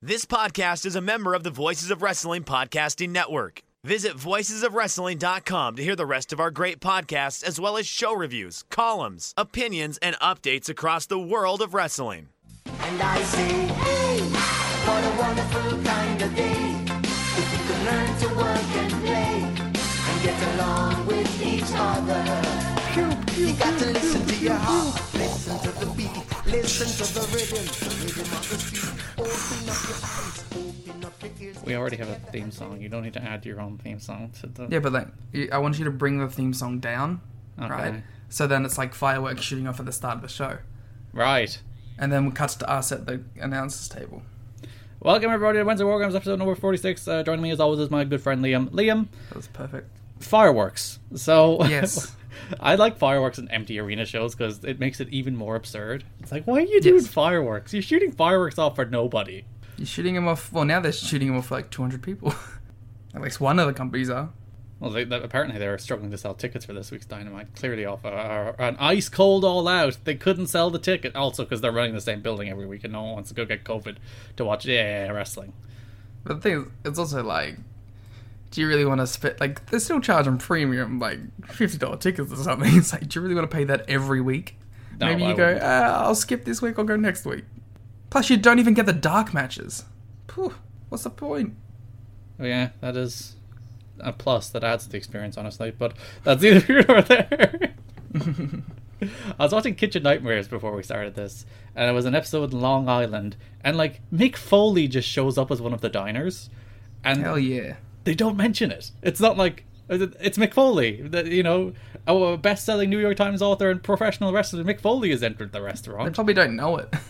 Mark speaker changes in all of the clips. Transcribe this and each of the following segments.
Speaker 1: This podcast is a member of the Voices of Wrestling Podcasting Network. Visit voicesofwrestling.com to hear the rest of our great podcasts, as well as show reviews, columns, opinions, and updates across the world of wrestling.
Speaker 2: And I say, hey, what a wonderful kind of day. If you can learn to work and play and get along with each other. You got to listen to your heart. Listen to the beat. Listen to the rhythm. The rhythm of the beat. Open up your eyes. Open up your ears.
Speaker 3: We already have a theme song. You don't need to add your own theme song to the.
Speaker 4: Yeah, but like you- I want you to bring the theme song down,
Speaker 3: Okay.
Speaker 4: right? So then it's like fireworks shooting off at the start of the show,
Speaker 3: Right.
Speaker 4: and then we cut to us at the announcers table.
Speaker 3: Welcome everybody to Wednesday War Games episode number forty-six. Uh, joining me as always is my good friend Liam. Liam,
Speaker 4: That was perfect.
Speaker 3: fireworks. So
Speaker 4: Yes.
Speaker 3: I like fireworks in empty arena shows because it makes it even more absurd. It's like, why are you doing
Speaker 4: Yes.
Speaker 3: fireworks? You're shooting fireworks off for nobody.
Speaker 4: You're shooting him off. Well, now they're shooting him off for like 200 people. at least one of the companies are.
Speaker 3: Well, they, they, apparently they were struggling to sell tickets for this week's Dynamite. Clearly, off a, a- an ice cold all out, they couldn't sell the ticket. Also, because they're running the same building every week, and no one wants to go get COVID to watch yeah wrestling.
Speaker 4: But the thing is, it's also like, do you really want to spend like they're still charging premium like fifty dollar tickets or something? It's like, do you really want to pay that every week?
Speaker 3: No,
Speaker 4: Maybe you
Speaker 3: I
Speaker 4: go,
Speaker 3: wouldn't.
Speaker 4: ah, I'll skip this week. I'll go next week. Plus, you don't even get the dark matches. Phew, what's the point?
Speaker 3: Oh, yeah, that is a plus that adds to the experience, honestly. But that's either here or there. I was watching Kitchen Nightmares before we started this, and it was an episode with Long Island, and like Mick Foley just shows up as one of the diners, and
Speaker 4: Hell yeah!
Speaker 3: they don't mention it. It's not like it's Mick Foley, the- you know, a best-selling New York Times author and professional wrestler. Mick Foley has entered the
Speaker 4: They
Speaker 3: restaurant,
Speaker 4: probably don't know it.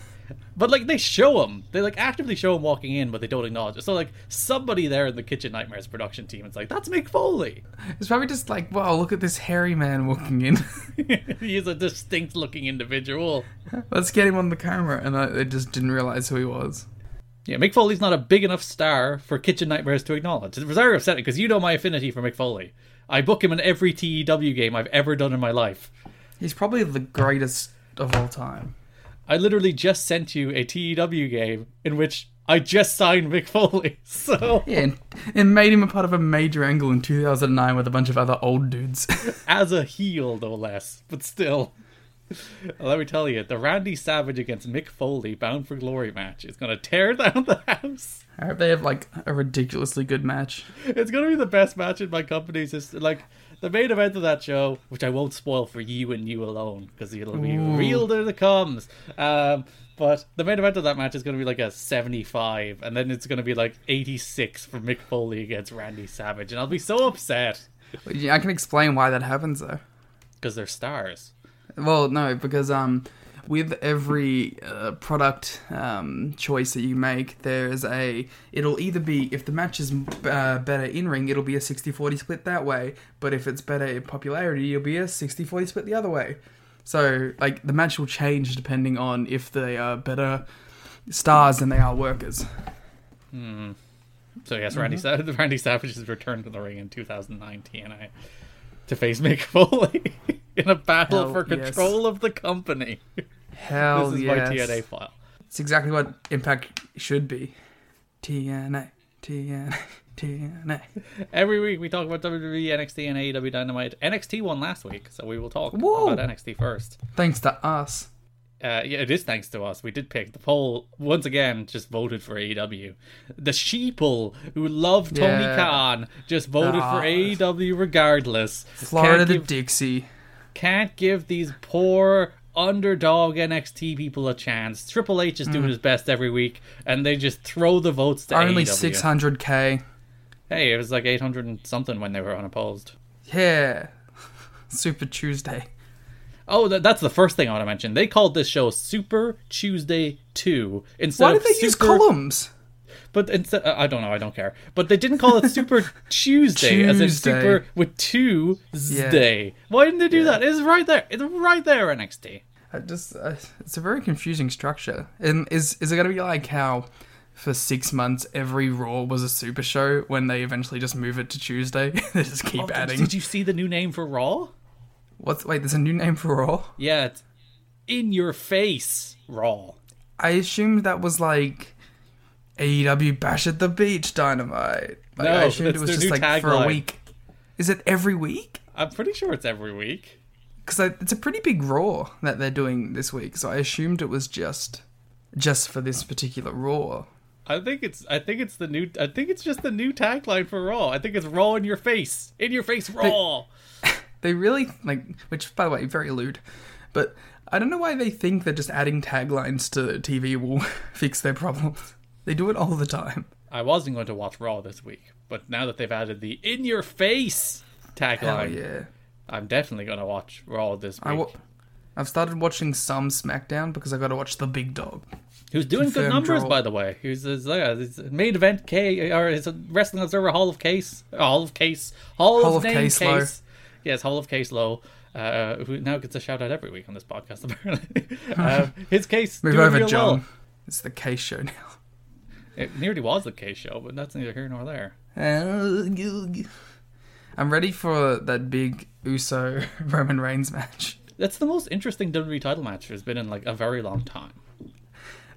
Speaker 3: but like they show him, they like actively show him walking in, but they don't acknowledge it. So like somebody there in the Kitchen Nightmares production team, it's like that's Mick Foley.
Speaker 4: It's probably just like, wow, look at this hairy man walking in.
Speaker 3: he is a distinct-looking individual.
Speaker 4: Let's get him on the camera, and I, they just didn't realize who he was.
Speaker 3: Yeah, Mick Foley's not a big enough star for Kitchen Nightmares to acknowledge. It was very upsetting because you know my affinity for Mick Foley. I book him in every TEW game I've ever done in my life.
Speaker 4: He's probably the greatest of all time.
Speaker 3: I literally just sent you a TEW game in which I just signed Mick Foley. So,
Speaker 4: Yeah, and, and made him a part of a major angle in 2009 with a bunch of other old dudes.
Speaker 3: as a heel, no less, but still. Let me tell you, the Randy Savage against Mick Foley Bound for Glory match is going to tear down the house.
Speaker 4: I hope they have like a ridiculously good match.
Speaker 3: It's going to be the best match in my company's history. Like, the main event of that show, which I won't spoil for you and you alone, because it'll be reeled in the comms. Um, but the main event of that match is going to be like a 75, and then it's going to be like 86 for Mick Foley against Randy Savage, and I'll be so upset
Speaker 4: But, yeah, I can explain why that happens though.
Speaker 3: because they're stars.
Speaker 4: Well, no, because um, with every uh, product um, choice that you make, there is a. It'll either be if the match is uh, better in ring, it'll be a 60-40 split that way. But if it's better in popularity, it'll be a 60-40 split the other way. So like the match will change depending on if they are better stars than they are workers.
Speaker 3: So yes, Randy Sa-
Speaker 4: Mm-hmm.
Speaker 3: Randy Savage's return to the ring in 2019 I, to face Mick Foley in a battle
Speaker 4: Hell
Speaker 3: for
Speaker 4: Oh, yes.
Speaker 3: control of the company.
Speaker 4: Hell
Speaker 3: this is
Speaker 4: yes.
Speaker 3: my TNA file.
Speaker 4: It's exactly what Impact should be. TNA, TNA, TNA.
Speaker 3: Every week we talk about E, WWE, NXT, and AEW Dynamite. NXT won last week, so we will talk
Speaker 4: Whoa.
Speaker 3: about NXT first.
Speaker 4: Thanks to us.
Speaker 3: Uh, yeah, it is thanks to us. We did pick the poll once again. Just voted for AEW. The sheeple who love Tony
Speaker 4: Yeah.
Speaker 3: Khan just voted
Speaker 4: Ah.
Speaker 3: for AEW regardless.
Speaker 4: Florida
Speaker 3: Can't
Speaker 4: to
Speaker 3: give-
Speaker 4: Dixie.
Speaker 3: can't give these poor underdog NXT people a chance. Triple H is doing
Speaker 4: Mm.
Speaker 3: his best every week, and they just throw the votes to
Speaker 4: Only
Speaker 3: AEW.
Speaker 4: 600k.
Speaker 3: Hey, it was like 800 and something when they were unopposed.
Speaker 4: Yeah. Super Tuesday.
Speaker 3: Oh, that, that's the first thing I want to mention. They called this show Super Tuesday 2 instead
Speaker 4: Why
Speaker 3: of
Speaker 4: did they use
Speaker 3: Super-
Speaker 4: columns?
Speaker 3: But instead, I don't know. I don't care. But they didn't call it Super Tuesday, as in
Speaker 4: Tuesday.
Speaker 3: Super with two Zday. Why didn't they do that? It's right there. It's right there. NXT.
Speaker 4: I just uh, it's a very confusing structure. And is is it going to be like how for six months every Raw was a super show when they eventually just move it to Tuesday? they just keep adding.
Speaker 3: Did you see the new name for Raw?
Speaker 4: What's wait? There's a new name for Raw.
Speaker 3: Yeah, it's in your face Raw.
Speaker 4: I assumed that was like AEW Bash at the Beach Dynamite. Like, I
Speaker 3: No,
Speaker 4: assumed
Speaker 3: that's
Speaker 4: it was
Speaker 3: their new
Speaker 4: just like for a
Speaker 3: tagline.
Speaker 4: week. Is it every week?
Speaker 3: I'm pretty sure it's every week.
Speaker 4: Because it's a pretty big Raw that they're doing this week, so I assumed it was just just for this particular Raw.
Speaker 3: I think it's I think it's the new I think it's just the new tagline for Raw. I think it's Raw in your face. In your face Raw.
Speaker 4: They really like, which by the way, very lewd. But I don't know why they think that just adding taglines to TV will fix their problems. They do it all the time.
Speaker 3: I wasn't going to watch Raw this week, but now that they've added the in your face
Speaker 4: Oh
Speaker 3: tagline,
Speaker 4: yeah,
Speaker 3: I'm definitely going to watch Raw this week.
Speaker 4: I wa- I've started watching some SmackDown because I got to watch the Big Dog.
Speaker 3: Who's doing good
Speaker 4: Confirmed
Speaker 3: numbers,
Speaker 4: Raw.
Speaker 3: by the way? Who's his, uh, his main event K or his Wrestling Observer Hall of Case, uh, Hall of Case, Hall,
Speaker 4: Hall
Speaker 3: of,
Speaker 4: of
Speaker 3: Name
Speaker 4: Case
Speaker 3: Case,
Speaker 4: Low.
Speaker 3: yes, Hall of Case Low. Uh, who now gets a shout out every week on this podcast? Apparently, uh, his case
Speaker 4: Move
Speaker 3: doing
Speaker 4: over,
Speaker 3: real
Speaker 4: John.
Speaker 3: well.
Speaker 4: It's the case show now.
Speaker 3: It nearly was the case show, but that's neither here nor there.
Speaker 4: I'm ready for that big Uso Roman Reigns match.
Speaker 3: That's the most interesting WWE title match there's been in like a very long time.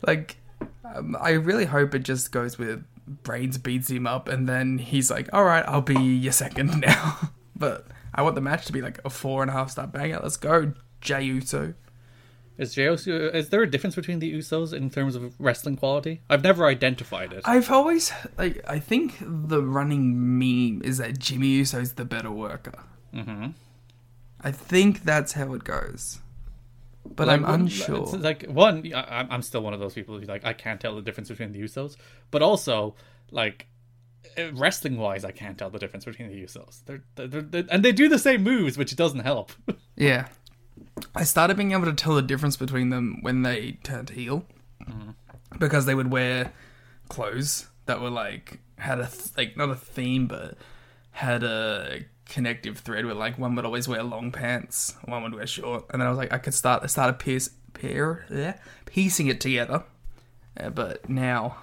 Speaker 4: Like, um, I really hope it just goes with Reigns beats him up and then he's like, all right, I'll be your second now. but I want the match to be like a four and a half star banger. Let's go, Jey Uso.
Speaker 3: Is Jey Uso, is there a difference between the Usos in terms of wrestling quality? I've never identified it.
Speaker 4: I've always, like, I think the running meme is that Jimmy Uso's the better worker. Mm-hmm. I think that's how it goes. But I'm
Speaker 3: one-
Speaker 4: unsure.
Speaker 3: It's like one, I, I'm- I'm still one of those people who like I can't tell the difference between the Usos, but also like wrestling wise, I can't tell the difference between the Usos. They're, they're, they're- and they do the same moves, which doesn't help.
Speaker 4: Yeah. I started being able to tell the difference between them when they turned heel because they would wear clothes that were like had a th- like not a theme but had a connective thread where like one would always wear long pants, one would wear short, and then I was like I could start I started piece pair yeah, piecing it together. Uh, but now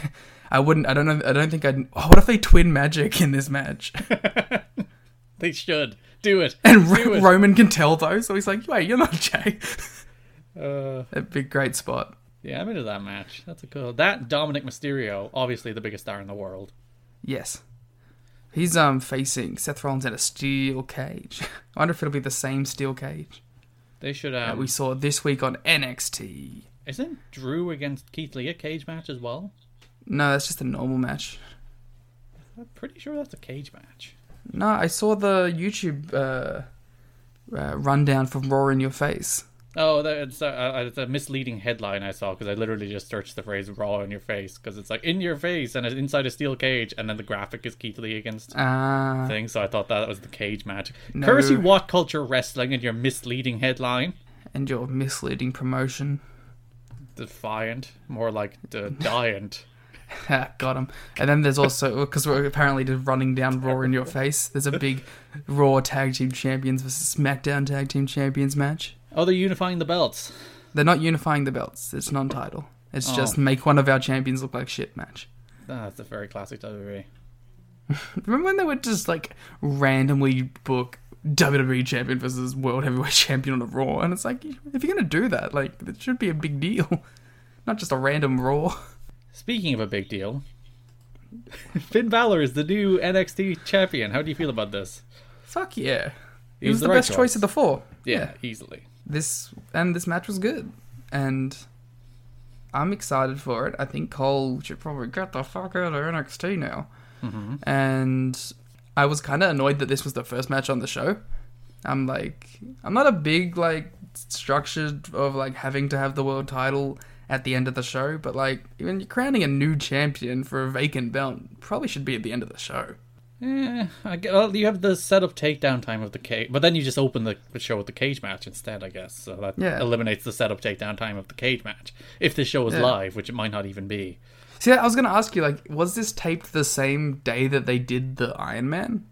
Speaker 4: I wouldn't I don't know I don't think I'd oh, what if they twin magic in this match?
Speaker 3: they should do it.
Speaker 4: And
Speaker 3: do
Speaker 4: Ro-
Speaker 3: it.
Speaker 4: Roman can tell though, so he's like, "Wait, you're not Jay."
Speaker 3: Uh,
Speaker 4: That'd be a great spot.
Speaker 3: yeah, I'm into that match. That's a cool. That Dominic Mysterio, obviously the biggest star in the world.
Speaker 4: Yes, he's um facing Seth Rollins in a steel cage. I wonder if it'll be the same steel cage
Speaker 3: They should.
Speaker 4: that
Speaker 3: Um,
Speaker 4: we saw this week on NXT.
Speaker 3: Isn't Drew against Keith Lee a cage match as well?
Speaker 4: No, that's just a normal match.
Speaker 3: I'm pretty sure that's a cage match.
Speaker 4: No, I saw the YouTube uh, uh, rundown from Raw in Your Face.
Speaker 3: Oh, that- it's a, uh, it's a misleading headline I saw because I literally just searched the phrase "raw in your face" because it's like in your face and it's inside a steel cage, and then the graphic is Keith Lee against
Speaker 4: Ah,
Speaker 3: thing. So I thought that was the cage match. Courtesy what culture wrestling and your misleading headline.
Speaker 4: and your misleading promotion.
Speaker 3: Defiant, more like the defiant.
Speaker 4: Ha, got him. And then there's also because we're apparently just running down Raw in your face. There's a big Raw Tag Team Champions versus SmackDown Tag Team Champions match.
Speaker 3: Oh, they're unifying the belts.
Speaker 4: They're not unifying the belts. It's non-title. It's just
Speaker 3: Oh.
Speaker 4: make one of our champions look like shit match.
Speaker 3: Ah, That's a very classic E. WWE.
Speaker 4: Remember when they would just like randomly book WWE champion versus world heavyweight champion on a Raw, and it's like if you're gonna do that, like it should be a big deal, not just a random Raw.
Speaker 3: Speaking of a big deal, Finn Balor is the new NXT champion. How do you feel about this?
Speaker 4: Fuck yeah, it
Speaker 3: He's
Speaker 4: was the,
Speaker 3: the right
Speaker 4: best choice
Speaker 3: choice.
Speaker 4: of the four.
Speaker 3: Yeah, easily.
Speaker 4: this and this match was good and I'm excited for it. I think Cole should probably get the fuck out of NXT now. And I was kind of annoyed that this was the first match on the show. I'm like, I'm not a big like structure of like having to have the world title at the end of the show, but like when you're crowning a new champion for a vacant belt, probably should be at the end of the show.
Speaker 3: Eh, I gue- well, you have the setup takedown time of the cage, but then you just open the the show with the cage match instead, I guess. So that
Speaker 4: Yeah.
Speaker 3: eliminates the setup takedown time of the cage match. If this show is live, which it might not even be.
Speaker 4: See, I was gonna ask you, like, was this taped the same day that they did the Iron Man?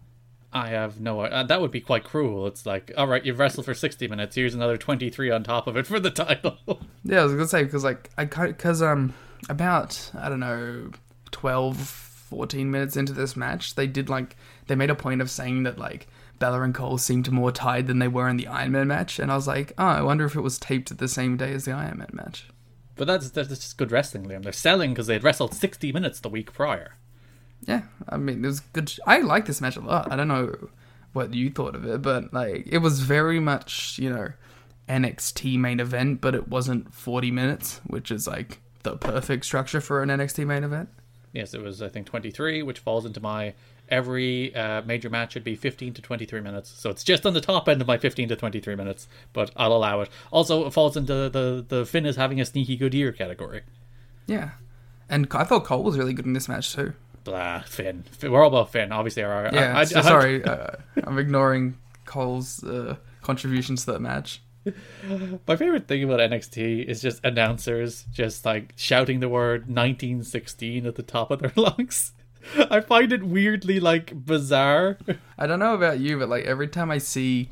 Speaker 3: I have no. Uh, that would be quite cruel. It's like, all right, you've wrestled for sixty minutes. Here's another twenty-three on top of it for the title.
Speaker 4: Yeah, I was gonna say because like I because um about I don't know 12, 14 minutes into this match, they did like they made a point of saying that like Bella and Cole seemed more tied than they were in the Iron Man match, and I was like, oh, I wonder if it was taped at the same day as the Iron Man match.
Speaker 3: but that's that's just good wrestling, Liam. They're selling because they had wrestled sixty minutes the week prior.
Speaker 4: Yeah, I mean it was good. I like this match a lot. I don't know what you thought of it, but like it was very much you know NXT main event, but it wasn't forty minutes, which is like the perfect structure for an NXT main event.
Speaker 3: Yes, it was I think twenty-three, which falls into my every uh, major match should be fifteen to twenty-three minutes. So it's just on the top end of my fifteen to twenty-three minutes, but I'll allow it. Also, it falls into the the Finn is having a sneaky good year category.
Speaker 4: Yeah. And I thought Cole was really good in this match too.
Speaker 3: Blah, Finn. Fin- We're all about Finn. Obviously, our
Speaker 4: Yeah,
Speaker 3: I, I,
Speaker 4: so
Speaker 3: I-
Speaker 4: sorry, uh, I'm ignoring Cole's uh, contributions to that match.
Speaker 3: My favorite thing about NXT is just announcers just like shouting the word 1916 at the top of their lungs. I find it weirdly like bizarre.
Speaker 4: I don't know about you, but like every time I see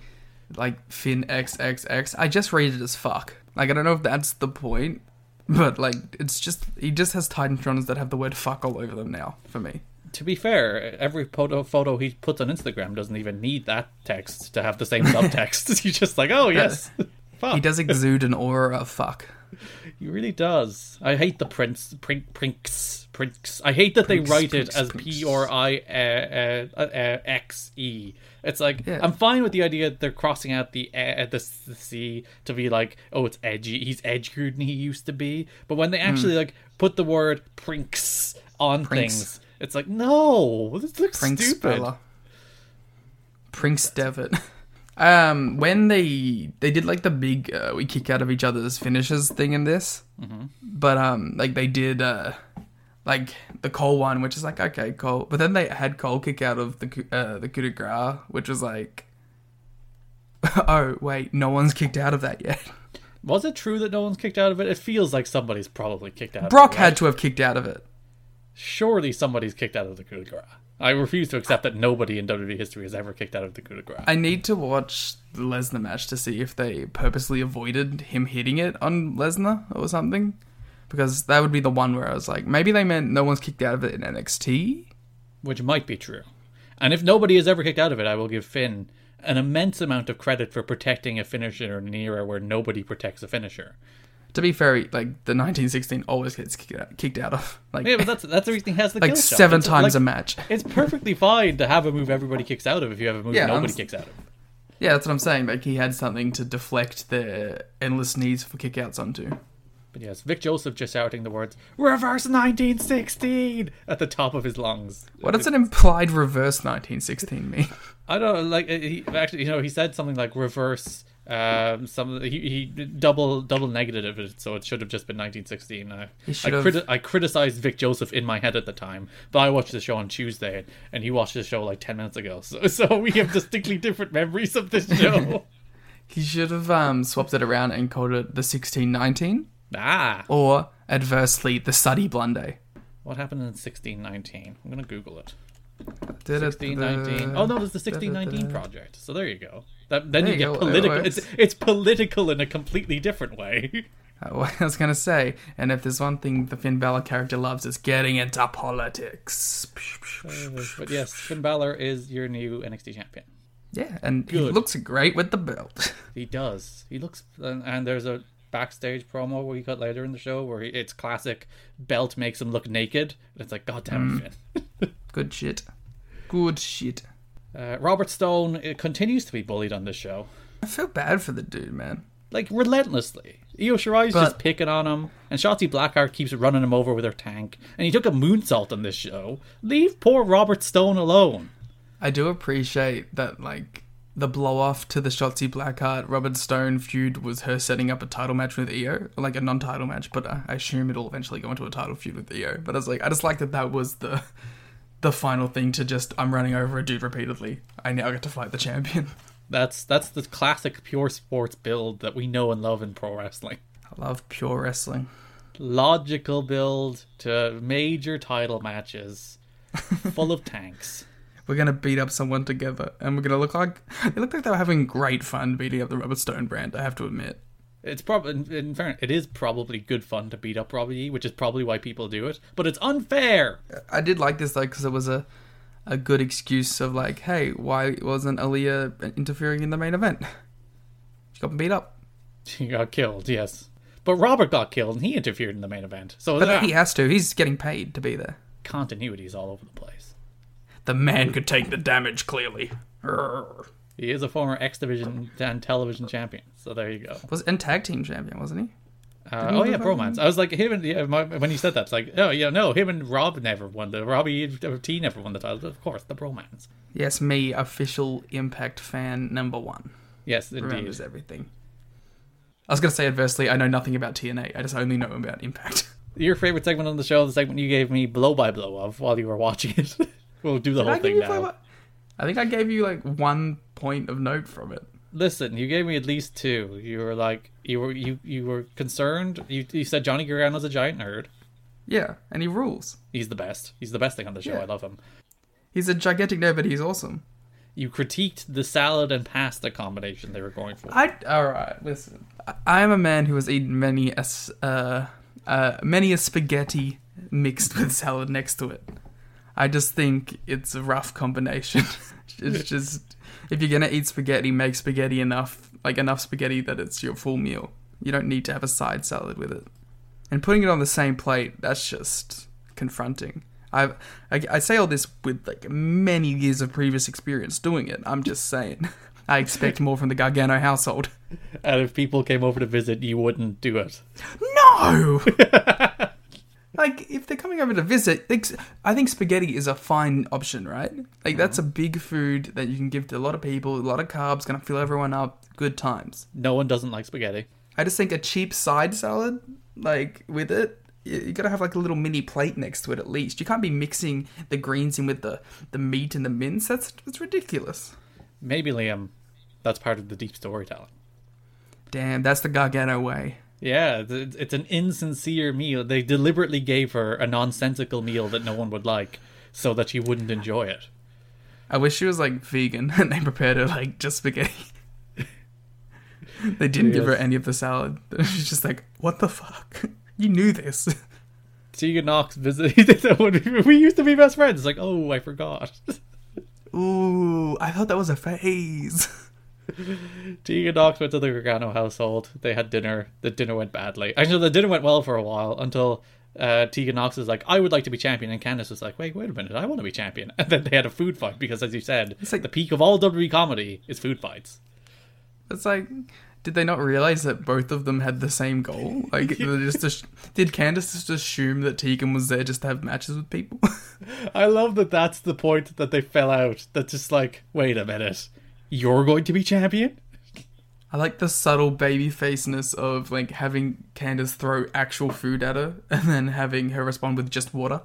Speaker 4: like Finn XXX, I just read it as fuck. Like I don't know if that's the point, but like it's just he just has Titantrons that have the word fuck all over them now for me.
Speaker 3: to be fair, every photo photo he puts on Instagram doesn't even need that text to have the same subtext. He's just like, oh yes, fuck.
Speaker 4: He does exude an aura of fuck.
Speaker 3: He really does. I hate the prints, print, prinks, prinks. I hate that
Speaker 4: Prinks,
Speaker 3: they write
Speaker 4: prinks,
Speaker 3: it as
Speaker 4: prinks.
Speaker 3: P or I uh, uh, uh, X E. It's like
Speaker 4: Yeah.
Speaker 3: I'm fine with the idea that they're crossing out the uh, the, s- the C to be like, oh, it's edgy. He's edgier than he used to be. But when they actually like put the word prinks on
Speaker 4: Hmm. Prinks.
Speaker 3: things, it's like no, this looks
Speaker 4: Prince
Speaker 3: stupid.
Speaker 4: Bella. Prince Devitt. Um, when they they did like the big uh, we kick out of each other's finishes thing in this,
Speaker 3: Mm-hmm.
Speaker 4: but um, like they did uh, like the Cole one, which is like okay, Cole. But then they had Cole kick out of the coup- uh, the coup de grace, which was like, oh wait, no one's kicked out of that yet.
Speaker 3: Was it true that no one's kicked out of it? It feels like somebody's probably kicked out.
Speaker 4: Brock
Speaker 3: of it, right?
Speaker 4: had to have kicked out of it.
Speaker 3: surely somebody's kicked out of the coup de grace. I refuse to accept that nobody in WWE history has ever kicked out of the coup de grace.
Speaker 4: I need to watch the Lesnar match to see if they purposely avoided him hitting it on Lesnar or something. Because that would be the one where I was like, maybe they meant no one's kicked out of it in NXT.
Speaker 3: which might be true. And if nobody has ever kicked out of it, I will give Finn an immense amount of credit for protecting a finisher in an era where nobody protects a finisher.
Speaker 4: To be fair, like the 1916 always gets kicked out, kicked out of. Like,
Speaker 3: Yeah, but that's that's the reason he has the
Speaker 4: like
Speaker 3: kill shot.
Speaker 4: seven
Speaker 3: It's
Speaker 4: times a
Speaker 3: like-
Speaker 4: match.
Speaker 3: It's perfectly fine to have a move everybody kicks out of if you have a move
Speaker 4: Yeah,
Speaker 3: nobody
Speaker 4: I'm-
Speaker 3: kicks out of.
Speaker 4: Yeah, that's what I'm saying. Like he had something to deflect the endless needs for kickouts onto.
Speaker 3: But yes, Vic Joseph just shouting the words "Reverse 1916" at the top of his lungs.
Speaker 4: What does an implied reverse 1916 mean?
Speaker 3: I don't like uh, he actually. You know, he said something like reverse. Um, some he, he double double negative it, so it should have just been 1916. I I,
Speaker 4: should have-
Speaker 3: criti- I criticized Vic Joseph in my head at the time, but I watched the show on Tuesday, and he watched the show like 10 minutes ago. So, so we have distinctly different memories of this show.
Speaker 4: He should have um, swapped it around and called it the 1619
Speaker 3: ah,
Speaker 4: or adversely the Suddy Blunday.
Speaker 3: what happened in 1619? I'm gonna Google it.
Speaker 4: Did it-
Speaker 3: 1619.
Speaker 4: the-
Speaker 3: Oh no, there's the 1619 project. So there you go. That, then
Speaker 4: There
Speaker 3: you get
Speaker 4: you go, it
Speaker 3: political.
Speaker 4: works.
Speaker 3: It's it's political in a completely different way.
Speaker 4: Uh, well, I was gonna say, and if there's one thing the Finn Balor character loves, it's getting into politics.
Speaker 3: But yes, Finn Balor is your new NXT champion.
Speaker 4: Yeah, and he
Speaker 3: Good.
Speaker 4: looks great with the belt.
Speaker 3: He does. He looks, and, and there's a backstage promo we got later in the show where he, it's classic belt makes him look naked. And it's like, God damn it, Finn.
Speaker 4: Good shit. Good shit.
Speaker 3: Uh, Robert Stone uh continues to be bullied on this show,
Speaker 4: I feel bad for the dude, man.
Speaker 3: like relentlessly. Io Shirai's
Speaker 4: But-
Speaker 3: just picking on him, and Shotzi Blackheart keeps running him over with her tank. And he took a moonsault on this show. Leave poor Robert Stone alone.
Speaker 4: I do appreciate that, like, the blow off to the Shotzi Blackheart Robert Stone feud was her setting up a title match with Io, like a non title match, but I I assume it'll eventually go into a title feud with Io. But I was like, I just like that that was the the final thing to just, I'm running over a dude repeatedly. I now get to fight the champion.
Speaker 3: That's that's the classic pure sports build that we know and love in pro wrestling.
Speaker 4: I love pure wrestling.
Speaker 3: logical build to major title matches full of tanks.
Speaker 4: We're gonna beat up someone together, and we're gonna look like they looked like they were having great fun beating up the Robert Stone brand. I have to admit.
Speaker 3: It's probably in, in fairness, it is probably good fun to beat up Robbie E, which is probably why people do it. But it's unfair.
Speaker 4: I did like this though because it was a a good excuse of like, hey, why wasn't Aaliyah interfering in the main event? She got beat up.
Speaker 3: He got killed, yes. But Robert got killed, and he interfered in the main event. So
Speaker 4: But
Speaker 3: ah,
Speaker 4: he has to. He's getting paid to be there.
Speaker 3: continuity is all over the place.
Speaker 4: The man could take the damage clearly. Urgh.
Speaker 3: He is a former X Division and television champion. So there you go.
Speaker 4: Was and tag team champion wasn't he?
Speaker 3: Uh, oh yeah, bromance. I was like him and yeah, my, when you said that, it's like oh yeah, no, him and Rob never won the Robbie E T never won the title. Of course, the bromance.
Speaker 4: Yes, me, official Impact fan number one.
Speaker 3: Yes, indeed.
Speaker 4: Remembers everything. I was gonna say adversely, I know nothing about TNA. I just only know about Impact.
Speaker 3: Your favorite segment on the show, the segment you gave me blow by blow of while you were watching it. we'll do the
Speaker 4: I
Speaker 3: whole
Speaker 4: gave
Speaker 3: thing
Speaker 4: you
Speaker 3: now.
Speaker 4: probably- I think I gave you like one point of note from it.
Speaker 3: Listen, you gave me at least two. You were like you were you you were concerned. You you said Johnny Gargano's a giant nerd.
Speaker 4: Yeah, and he rules.
Speaker 3: He's the best. He's the best thing on the show.
Speaker 4: Yeah.
Speaker 3: I love him.
Speaker 4: He's a gigantic nerd, but he's awesome.
Speaker 3: You critiqued the salad and pasta combination they were going for.
Speaker 4: I all right. Listen, I- I am a man who has eaten many a s- uh, uh, many a spaghetti mixed with salad next to it. I just think it's a rough combination. it's just if you're gonna eat spaghetti, make spaghetti enough like enough spaghetti that it's your full meal. You don't need to have a side salad with it. And putting it on the same plate, that's just confronting. I've, I, I say all this with like many years of previous experience doing it. I'm just saying. I expect more from the Gargano household.
Speaker 3: and if people came over to visit, you wouldn't do it.
Speaker 4: No! like, if they're coming over to visit, like, I think spaghetti is a fine option, right? Like, that's a big food that you can give to a lot of people, a lot of carbs, gonna fill everyone up, good times.
Speaker 3: No one doesn't like spaghetti.
Speaker 4: I just think a cheap side salad, like, with it, you you gotta have like a little mini plate next to it at least. You can't be mixing the greens in with the, the meat and the mince. That's, that's ridiculous.
Speaker 3: Maybe Liam, that's part of the deep storytelling.
Speaker 4: Damn, that's the Gargano way.
Speaker 3: Yeah, it's- it's it's an insincere meal. They deliberately gave her a nonsensical meal that no one would like, so that she wouldn't enjoy it.
Speaker 4: I wish she was like vegan and they prepared her like just spaghetti. they didn't give her
Speaker 3: Yes.
Speaker 4: any of the salad. She's just like, what the fuck? You knew this.
Speaker 3: Tegan Knox visited. we used to be best friends. It's like, oh, I forgot.
Speaker 4: Ooh, I thought that was a phase.
Speaker 3: Tegan Knox went to the Gargano household. They had dinner. The dinner went badly. Actually, the dinner went well for a while until uh, Tegan Knox was like, "I would like to be champion," and Candice was like, "Wait, wait a minute, I want to be champion." And then they had a food fight because, as you said,
Speaker 4: like-
Speaker 3: the peak of all WWE comedy is food fights.
Speaker 4: It's like, did they not realize that both of them had the same goal? Like, they just ass- did Candace just assume that Tegan was there just to have matches with people?
Speaker 3: I love that. That's the point that they fell out. That's just like, wait a minute, you're going to be champion.
Speaker 4: I like the subtle baby faceness of like having Candace throw actual food at her and then having her respond with just water.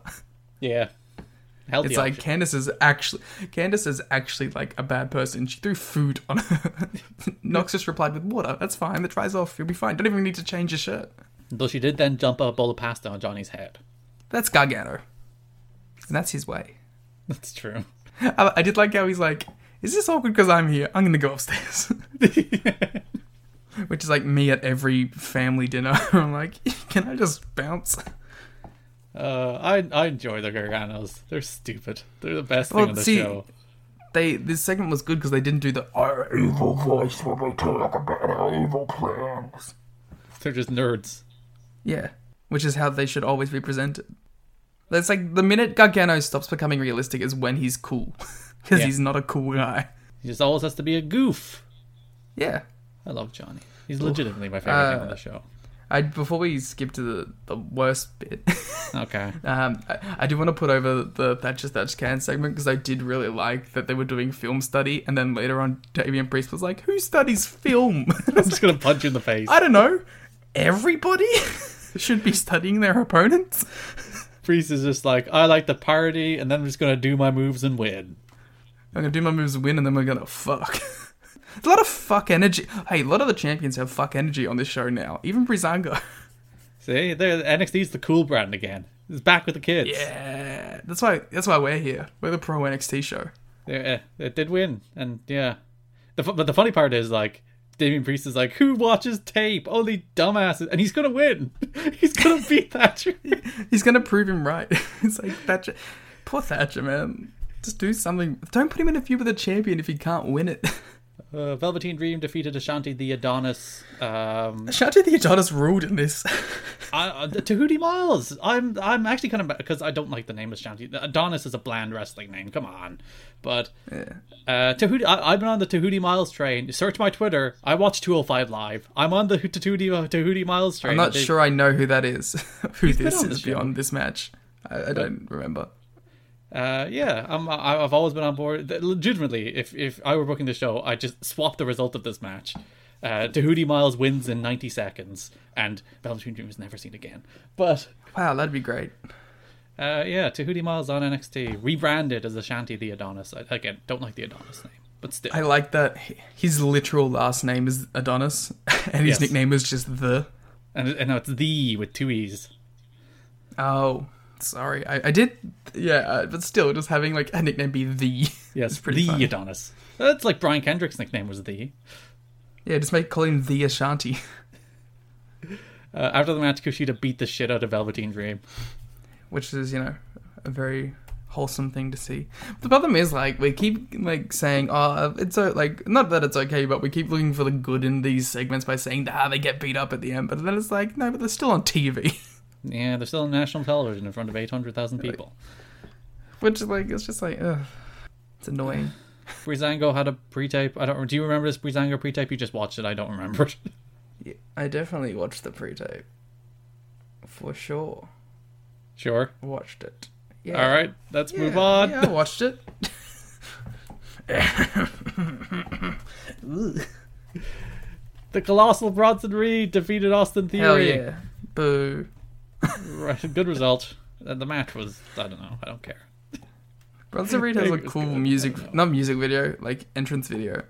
Speaker 3: Yeah, healthy.
Speaker 4: It's like
Speaker 3: option.
Speaker 4: Candace is actually Candace is actually like a bad person. She threw food on her. Knox just replied with water. That's fine. That dries off. You'll be fine. Don't even need to change your shirt.
Speaker 3: though she did then dump a bowl of pasta on Johnny's head.
Speaker 4: That's Gargano, and that's his way.
Speaker 3: That's true.
Speaker 4: I, I did like how he's like, "Is this awkward because I'm here? I'm gonna go upstairs." Which is like me at every family dinner. I'm like, "Can I just bounce?"
Speaker 3: Uh, I I enjoy the Garganos. They're stupid. They're the best
Speaker 4: Well,
Speaker 3: thing on the
Speaker 4: see-
Speaker 3: show.
Speaker 4: They this segment was good because they didn't do the oh, "Our evil voice when we talk about our evil plans."
Speaker 3: They're just nerds.
Speaker 4: Yeah, which is how they should always be presented. That's like the minute Gargano stops becoming realistic is when he's cool, because
Speaker 3: Yeah.
Speaker 4: he's not a cool guy.
Speaker 3: He just always has to be a goof.
Speaker 4: Yeah.
Speaker 3: I love Johnny. He's legitimately my favorite thing on
Speaker 4: Uh,
Speaker 3: the show.
Speaker 4: I before we skip to the, the worst bit,
Speaker 3: Okay.
Speaker 4: um, I, I do want to put over the Thatcher's Thatch Can segment because I did really like that they were doing film study, and then later on, Damien Priest was like, "Who studies film?"
Speaker 3: I'm just gonna punch you in the face.
Speaker 4: I don't know. Everybody should be studying their opponents.
Speaker 3: Priest is just like, I like the parody, and then I'm just gonna do my moves and win.
Speaker 4: I'm gonna do my moves, win, and then we're gonna fuck. There's a lot of fuck energy. Hey, a lot of the champions have fuck energy on this show now. Even Brizango.
Speaker 3: See, there NXT's the cool brand again. It's back with the kids.
Speaker 4: Yeah, Eh, that's why. That's why we're here. We're the pro NXT show.
Speaker 3: Yeah, it uh, did win, and yeah. The, fu- but the funny part is like Damien Priest is like, who watches tape? Only dumbasses, and he's gonna win. he's gonna beat Thatcher.
Speaker 4: He's gonna prove him right. it's like Thatcher. Poor Thatcher, man. Just do something. Don't put him in a feud with a champion if he can't win it.
Speaker 3: uh, Velveteen Dream defeated Ashanti the Adonis. Um,
Speaker 4: Shout out the Adonis ruled in this.
Speaker 3: I, uh, Tahuti Miles. I'm I'm actually kind of because I don't like the name Ashanti. Adonis is a bland wrestling name. Come on, but uh, Tahuti. I, I've been on the Tahuti Miles train. Search my Twitter. I watch 205 live. I'm on the Tahuti uh, Tahuti Miles train.
Speaker 4: I'm not
Speaker 3: They-
Speaker 4: sure I know who that is. who this
Speaker 3: on the
Speaker 4: is
Speaker 3: show.
Speaker 4: beyond this match. I, I don't remember.
Speaker 3: Uh, yeah, I'm, I- I've always been on board. Th- Legitimately, if if I were booking the show, I just swap the result of this match. Uh, Tahuti Miles wins in 90 seconds, and Velveteen Dream is never seen again. But
Speaker 4: Wow, that'd be great.
Speaker 3: uh, yeah, Tahuti Miles on NXT rebranded as Ashanti the Adonis. I, again, don't like the Adonis name, but still,
Speaker 4: I like that h- his literal last name is Adonis, and his
Speaker 3: Yes.
Speaker 4: nickname is just the.
Speaker 3: and, and now it's the with two e's.
Speaker 4: Oh, sorry. I, I did. Yeah, uh, but still, just having like a nickname be the.
Speaker 3: Yes,
Speaker 4: pretty
Speaker 3: the
Speaker 4: fun.
Speaker 3: Adonis. That's like Brian Kendrick's nickname was the.
Speaker 4: Yeah, just make call him the Ashanti.
Speaker 3: Uh, after the match, Kushida beat the shit out of Velveteen Dream.
Speaker 4: which is you know a very wholesome thing to see. The problem is like we keep like saying, "Oh, it's o like not that it's okay," but we keep looking for the good in these segments by saying, "Ah, they get beat up at the end," but then it's like, no, but they're still on TV,
Speaker 3: Yeah, they're still on national television in front of 800,000 people.
Speaker 4: which is like it's just like, ugh, it's annoying.
Speaker 3: Breezango had a pre-tape. I don't. Do you remember this Breezango pre-tape? You just watched it. I don't remember. it.
Speaker 4: I definitely watched the pre-tape for sure.
Speaker 3: sure.
Speaker 4: Watched it. Yeah.
Speaker 3: All right. Let's move on.
Speaker 4: Yeah, I watched it.
Speaker 3: The colossal Bronson Reed defeated Austin Theory.
Speaker 4: Hell yeah. Boo.
Speaker 3: Right, Good result. And The match was. I don't know. I don't care.
Speaker 4: Bronson Reed
Speaker 3: It
Speaker 4: has a
Speaker 3: was
Speaker 4: cool
Speaker 3: good,
Speaker 4: music, not music video, like entrance video.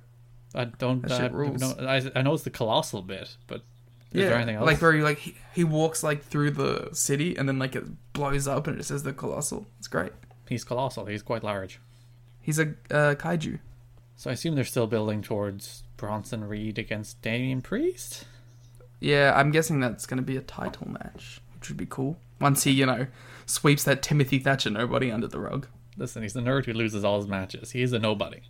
Speaker 3: I don't.
Speaker 4: shit
Speaker 3: I,
Speaker 4: rules.
Speaker 3: Know, I, I know it's the colossal bit, but is there anything else?
Speaker 4: Like where you like he, he walks like through the city and then like it blows up and it says the colossal. It's great.
Speaker 3: he's colossal. He's quite large.
Speaker 4: He's a uh, kaiju.
Speaker 3: So I assume they're still building towards Bronson Reed against Damian Priest.
Speaker 4: Yeah, I'm guessing that's going to be a title match, which would be cool. Once he, you know, sweeps that Timothy Thatcher nobody under the rug.
Speaker 3: Listen, he's the nerd who loses all his matches. He is a nobody.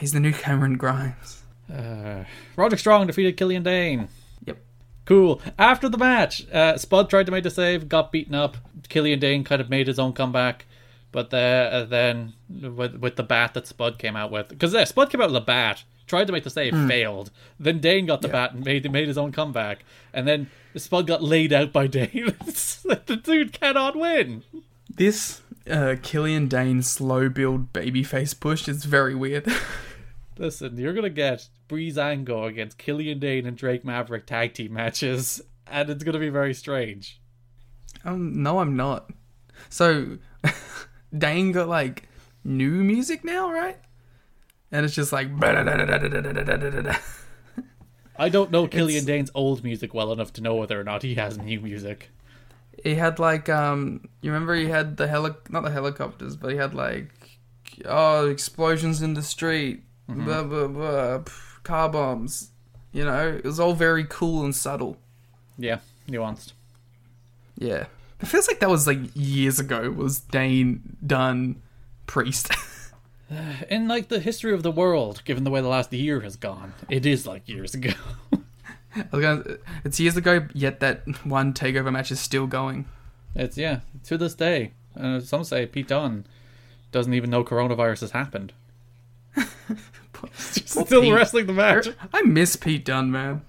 Speaker 4: He's the new Cameron Grimes.
Speaker 3: Uh, Roderick Strong defeated Killian Dane.
Speaker 4: Yep.
Speaker 3: Cool. After the match, uh, Spud tried to make the save, got beaten up. Killian Dane kind of made his own comeback, but the, uh, then with, with the bat that Spud came out with, because uh, Spud came out with a bat, tried to make the save, failed. Then Dane got the bat and made made his own comeback, and then Spud got laid out by Dane. the dude cannot win.
Speaker 4: This uh, Killian Dane slow build babyface push is very weird.
Speaker 3: Listen, you're gonna get Breezango against Killian Dane and Drake Maverick tag team matches, and it's gonna be very strange.
Speaker 4: um, no, I'm not. So Dane got like new music now, right? And it's just like.
Speaker 3: I don't know Killian Dane's old music well enough to know whether or not he has new music.
Speaker 4: he had like um you remember he had the heli not the helicopters but he had like oh explosions in the street blah, blah, blah, pff, car bombs you know it was all very cool and subtle
Speaker 3: Yeah, nuanced.
Speaker 4: yeah it feels like that was like years ago was Dane Dunn Priest
Speaker 3: In like the history of the world, given the way the last year has gone, it is like years ago.
Speaker 4: I was gonna, it's years ago yet that one takeover match is still going
Speaker 3: it's yeah, to this day. Uh, some say Pete Dunne doesn't even know coronavirus has happened. Still
Speaker 4: Pete.
Speaker 3: wrestling the match.
Speaker 4: I miss Pete Dunn man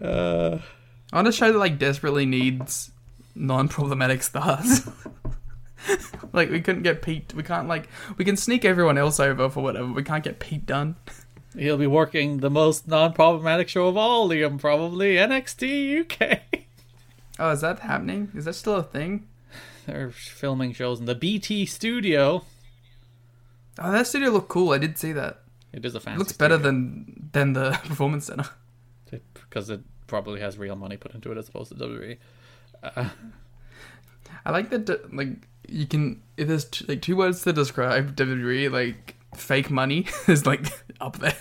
Speaker 3: Uh.
Speaker 4: on a show that like desperately needs non-problematic stars. like we couldn't get Pete. We can't like we can sneak everyone else over for whatever. We can't get Pete done.
Speaker 3: He'll be working the most non-problematic show of all, Liam. Probably NXT UK.
Speaker 4: Oh, is that happening? Is that still a thing?
Speaker 3: They're filming shows in the BT studio.
Speaker 4: Oh, that studio looked cool. I did see that.
Speaker 3: It is a fancy.
Speaker 4: It looks better than than the performance center.
Speaker 3: because it probably has real money put into it as opposed to E. WWE.
Speaker 4: I like that. de- Like you can if there's t- like two words to describe WWE, like fake money is like up there.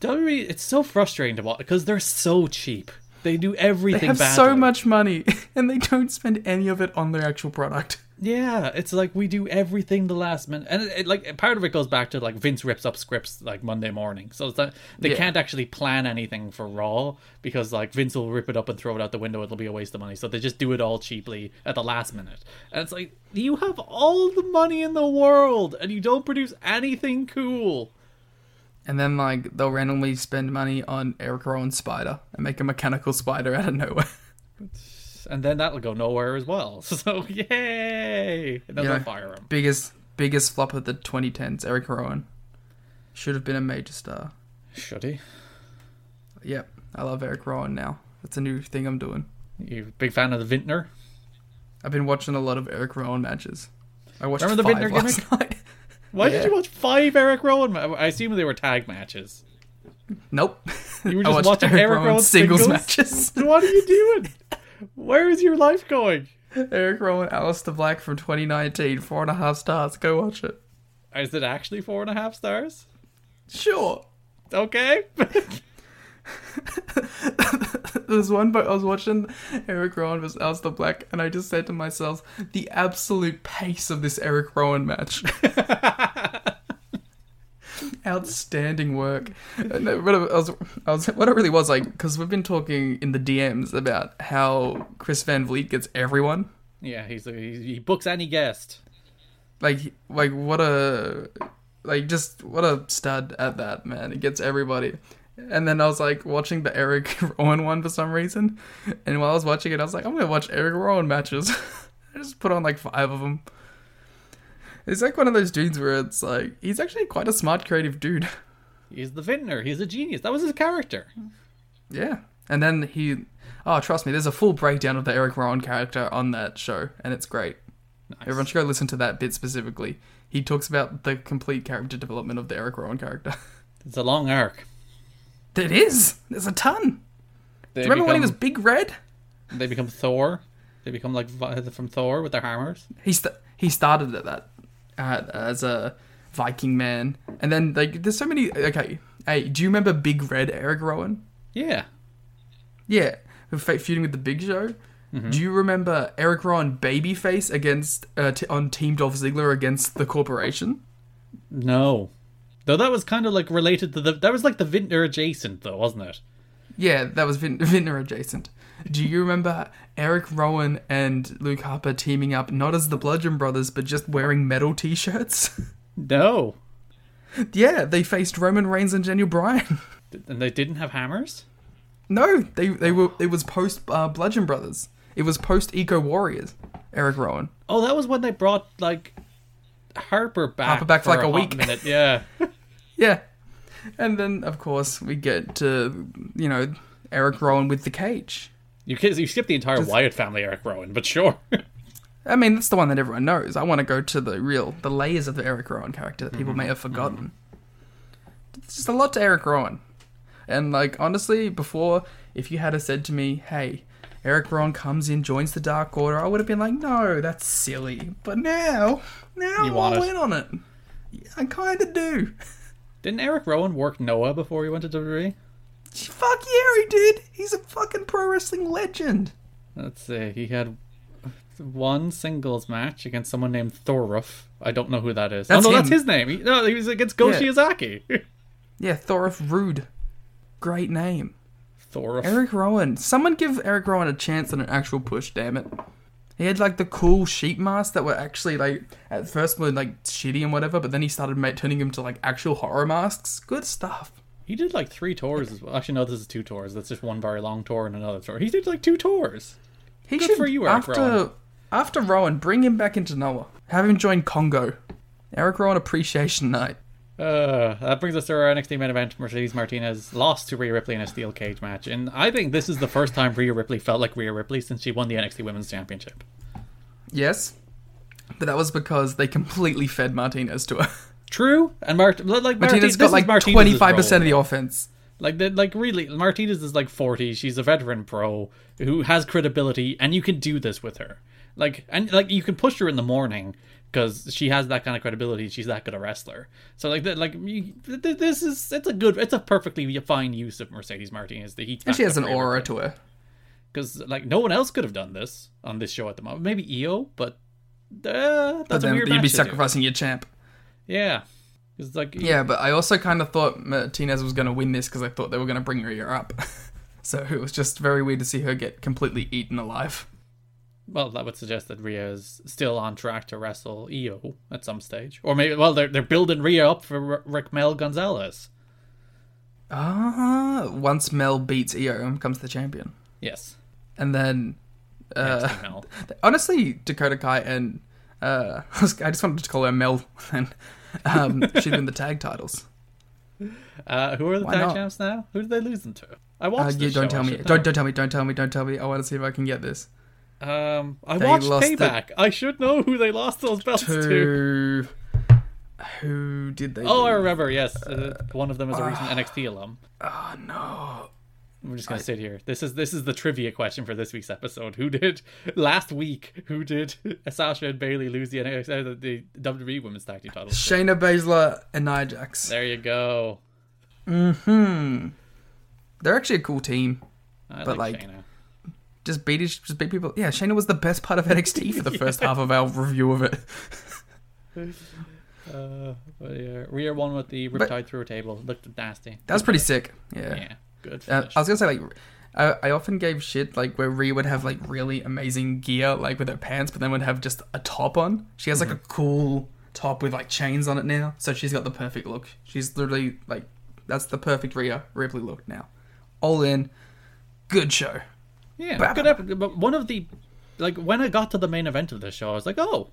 Speaker 3: WWE, it's so frustrating to watch because they're so cheap. They do everything.
Speaker 4: They have
Speaker 3: badly.
Speaker 4: so much money and they don't spend any of it on their actual product.
Speaker 3: Yeah, it's like we do everything the last minute, and it, it, like part of it goes back to like Vince rips up scripts like Monday morning, so it's not, they
Speaker 4: Yeah.
Speaker 3: can't actually plan anything for Raw because like Vince will rip it up and throw it out the window. It'll be a waste of money, so they just do it all cheaply at the last minute. And it's like you have all the money in the world, and you don't produce anything cool.
Speaker 4: And then like they'll randomly spend money on Eric Rowan Spider and make a mechanical spider out of nowhere.
Speaker 3: And then that'll go nowhere as well. So yay! And then
Speaker 4: You
Speaker 3: they'll
Speaker 4: know,
Speaker 3: fire him.
Speaker 4: Biggest biggest flop of the 2010s. Eric Rowan should have been a major star.
Speaker 3: Should he?
Speaker 4: Yep, I love Eric Rowan now. That's a new thing I'm doing.
Speaker 3: You big fan of the Vintner?
Speaker 4: I've been watching a lot of Eric Rowan matches. I watched
Speaker 3: Remember the
Speaker 4: five
Speaker 3: Vintner
Speaker 4: last night.
Speaker 3: Why did
Speaker 4: Yeah.
Speaker 3: you watch five Eric Rowan? ma- I assume they were tag matches.
Speaker 4: Nope.
Speaker 3: You were
Speaker 4: I
Speaker 3: just
Speaker 4: watched
Speaker 3: watching
Speaker 4: Eric
Speaker 3: Eric
Speaker 4: Rowan
Speaker 3: Rowan
Speaker 4: singles
Speaker 3: singles?
Speaker 4: matches.
Speaker 3: What are you doing? Where is your life going?
Speaker 4: Eric Rowan, Alistair Black from 2019, four and a half stars. Go watch it.
Speaker 3: Is it actually four and a half stars?
Speaker 4: Sure.
Speaker 3: Okay.
Speaker 4: There's one, but I was watching Eric Rowan versus Alistair Black, and I just said to myself, the absolute pace of this Eric Rowan match. Outstanding work. And that- but I was, I was, what it really was like, because we've been talking in the DMs about how Chris Van Vliet gets everyone.
Speaker 3: yeah, he's he, he books any guest.
Speaker 4: like like what a like just what a stud at that man it gets everybody and then i was like watching the eric rowan one for some reason and while i was watching it i was like i'm gonna watch eric rowan matches i just put on like five of them it's like one of those dudes where it's like he's actually quite a smart creative dude
Speaker 3: He's the vintner. He's a genius. That was his character.
Speaker 4: yeah and then he oh trust me there's a full breakdown of the eric rowan character on that show and it's great everyone should go listen to that bit specifically he talks about the complete character development of the eric rowan character
Speaker 3: It's a long arc.
Speaker 4: It is. There's a ton.
Speaker 3: They
Speaker 4: Do you remember when he was
Speaker 3: become-
Speaker 4: Big Red?
Speaker 3: They become Thor. They become like Vi- from Thor with their hammers.
Speaker 4: He st- he started at that uh, as a Viking man, and then like there's so many. Okay, hey, do you remember Big Red Eric Rowan?
Speaker 3: Yeah.
Speaker 4: Yeah, who fe- feuding with the Big Show. Do you remember Eric Rowan babyface against uh, t- on Team Dolph Ziggler against the Corporation?
Speaker 3: No. Though that was kind of like related to the that was like the vintner adjacent though, wasn't it?
Speaker 4: Yeah, that was Vin- Vintner adjacent. Do you remember Eric Rowan and Luke Harper teaming up not as the Bludgeon Brothers but just wearing metal T-shirts?
Speaker 3: No.
Speaker 4: Yeah, they faced Roman Reigns and Daniel Bryan.
Speaker 3: And they didn't have hammers.
Speaker 4: no, they they were it was post uh, Bludgeon Brothers. It was post Eco Warriors. Eric Rowan.
Speaker 3: Oh, that was when they brought like Harper back.
Speaker 4: Harper back for, like, a
Speaker 3: hot
Speaker 4: week.
Speaker 3: minute. Yeah,
Speaker 4: Yeah. And then of course we get to you know Eric Rowan with the cage.
Speaker 3: you kids, you skipped the entire Wyatt family, Eric Rowan, but sure.
Speaker 4: I mean that's the one that everyone knows. I want to go to the real the layers of the Eric Rowan character that
Speaker 3: Mm-hmm.
Speaker 4: people may have forgotten. It's just a lot to Eric Rowan. And like honestly, before if you had have said to me, "Hey, Eric Rowan comes in, joins the Dark Order," I would have been like, "No, that's silly." But now, now
Speaker 3: You
Speaker 4: I'm
Speaker 3: want
Speaker 4: all
Speaker 3: it.
Speaker 4: in on it. Yeah, I kind of do.
Speaker 3: Didn't Eric Rowan work Noah before he went to E? WWE?
Speaker 4: Fuck yeah, he did. He's a fucking pro wrestling legend.
Speaker 3: Let's see. He had one singles match against someone named Thoruf. I don't know who that is.
Speaker 4: That's
Speaker 3: oh no, that's
Speaker 4: him.
Speaker 3: his name. He, no, he was against Go
Speaker 4: Yeah.
Speaker 3: Shiozaki.
Speaker 4: Yeah, Thorif Rude, great name.
Speaker 3: Thoruf.
Speaker 4: Eric Rowan. Someone give Eric Rowan a chance and an actual push, damn it. He had like the cool sheep masks that were actually like at first were like shitty and whatever, but then he started ma- turning them to like actual horror masks. Good stuff.
Speaker 3: He did like three tours as well. Actually, no, this is two tours. That's just one very long tour and another tour. He did like two tours.
Speaker 4: He
Speaker 3: Good for you, Eric
Speaker 4: after
Speaker 3: Rowan.
Speaker 4: after Rowan, bring him back into Noah. Have him join Congo. Eric Rowan Appreciation Night.
Speaker 3: Uh, that brings us to our NXT main event. Mercedes Martinez lost to Rhea Ripley in a steel cage match, and I think this is the first time Rhea Ripley felt like Rhea Ripley since she won the NXT Women's Championship.
Speaker 4: Yes, but that was because they completely fed Martinez to her.
Speaker 3: True, and Mart like Marti-
Speaker 4: Martinez
Speaker 3: this
Speaker 4: got
Speaker 3: is
Speaker 4: like
Speaker 3: Martinez's
Speaker 4: twenty five percent of
Speaker 3: role.
Speaker 4: the offense.
Speaker 3: Like, they- like really, Martinez is like forty. She's a veteran pro who has credibility, and you can do this with her. Like, and like you can push her in the morning because she has that kind of credibility. She's that good a wrestler. So like, that, like you, th- th- this is it's a good, it's a perfectly fine use of Mercedes Martinez. The heat
Speaker 4: And she has an aura to her.
Speaker 3: because like no one else could have done this on this show at the moment. Maybe Io, but uh, that's
Speaker 4: But
Speaker 3: a
Speaker 4: then
Speaker 3: weird
Speaker 4: you'd
Speaker 3: match
Speaker 4: be
Speaker 3: to do.
Speaker 4: sacrificing your champ.
Speaker 3: Yeah, it's like
Speaker 4: Yeah, but I also kind of thought Martinez was going to win this because I thought they were going to bring her ear up. so it was just very weird to see her get completely eaten alive.
Speaker 3: Well, that would suggest that Rhea is still on track to wrestle Io at some stage, or maybe well they're they're building Rhea up for R- Raquel Gonzalez.
Speaker 4: Ah, once Mel beats Io, comes the champion.
Speaker 3: Yes,
Speaker 4: And then, uh,
Speaker 3: NXT Mel.
Speaker 4: honestly, Dakota Kai and uh, I, was- I just wanted to call her Mel, and um, she'd win the tag titles.
Speaker 3: Uh, who are the
Speaker 4: Why
Speaker 3: tag
Speaker 4: not?
Speaker 3: champs now? Who did they lose them to? I
Speaker 4: Uh,
Speaker 3: watched.
Speaker 4: yeah,
Speaker 3: this
Speaker 4: don't
Speaker 3: show,
Speaker 4: tell
Speaker 3: I
Speaker 4: me,
Speaker 3: should
Speaker 4: don't
Speaker 3: know.
Speaker 4: don't tell me, don't tell me, don't tell me. I want to see if I can get this.
Speaker 3: Um, I
Speaker 4: They
Speaker 3: watched
Speaker 4: lost the-
Speaker 3: Payback. I should know who they lost those belts to.
Speaker 4: Who, who did they?
Speaker 3: Oh, I
Speaker 4: lose?
Speaker 3: remember. Yes, uh, one of them is a recent NXT alum.
Speaker 4: no.
Speaker 3: We're just gonna sit here. This is this is the trivia question for this week's episode. Who did last week? Who did Sasha and Bailey lose the, NXT, uh, the WWE Women's Tag Team titles? to?
Speaker 4: Shayna Baszler and Nia Jax.
Speaker 3: There you go.
Speaker 4: They're actually a cool team.
Speaker 3: I
Speaker 4: But,
Speaker 3: like,
Speaker 4: like,
Speaker 3: Shayna.
Speaker 4: Just beat each, just beat people. Yeah, Shayna was the best part of NXT for the first half of our review of it.
Speaker 3: But, yeah, Rhea won with the
Speaker 4: But-
Speaker 3: riptide through a table. Looked nasty.
Speaker 4: That was pretty sick. Yeah.
Speaker 3: Yeah, good.
Speaker 4: Uh,
Speaker 3: finish.
Speaker 4: I was gonna say like, I, I often gave shit like where Rhea would have like really amazing gear like with her pants, but then would have just a top on. She has like a cool top with like chains on it now, so she's got the perfect look. She's literally like, that's the perfect Rhea Ripley look now. All in, good show.
Speaker 3: yeah, good episode. But one of the like when I got to the main event of this show, I was like, oh,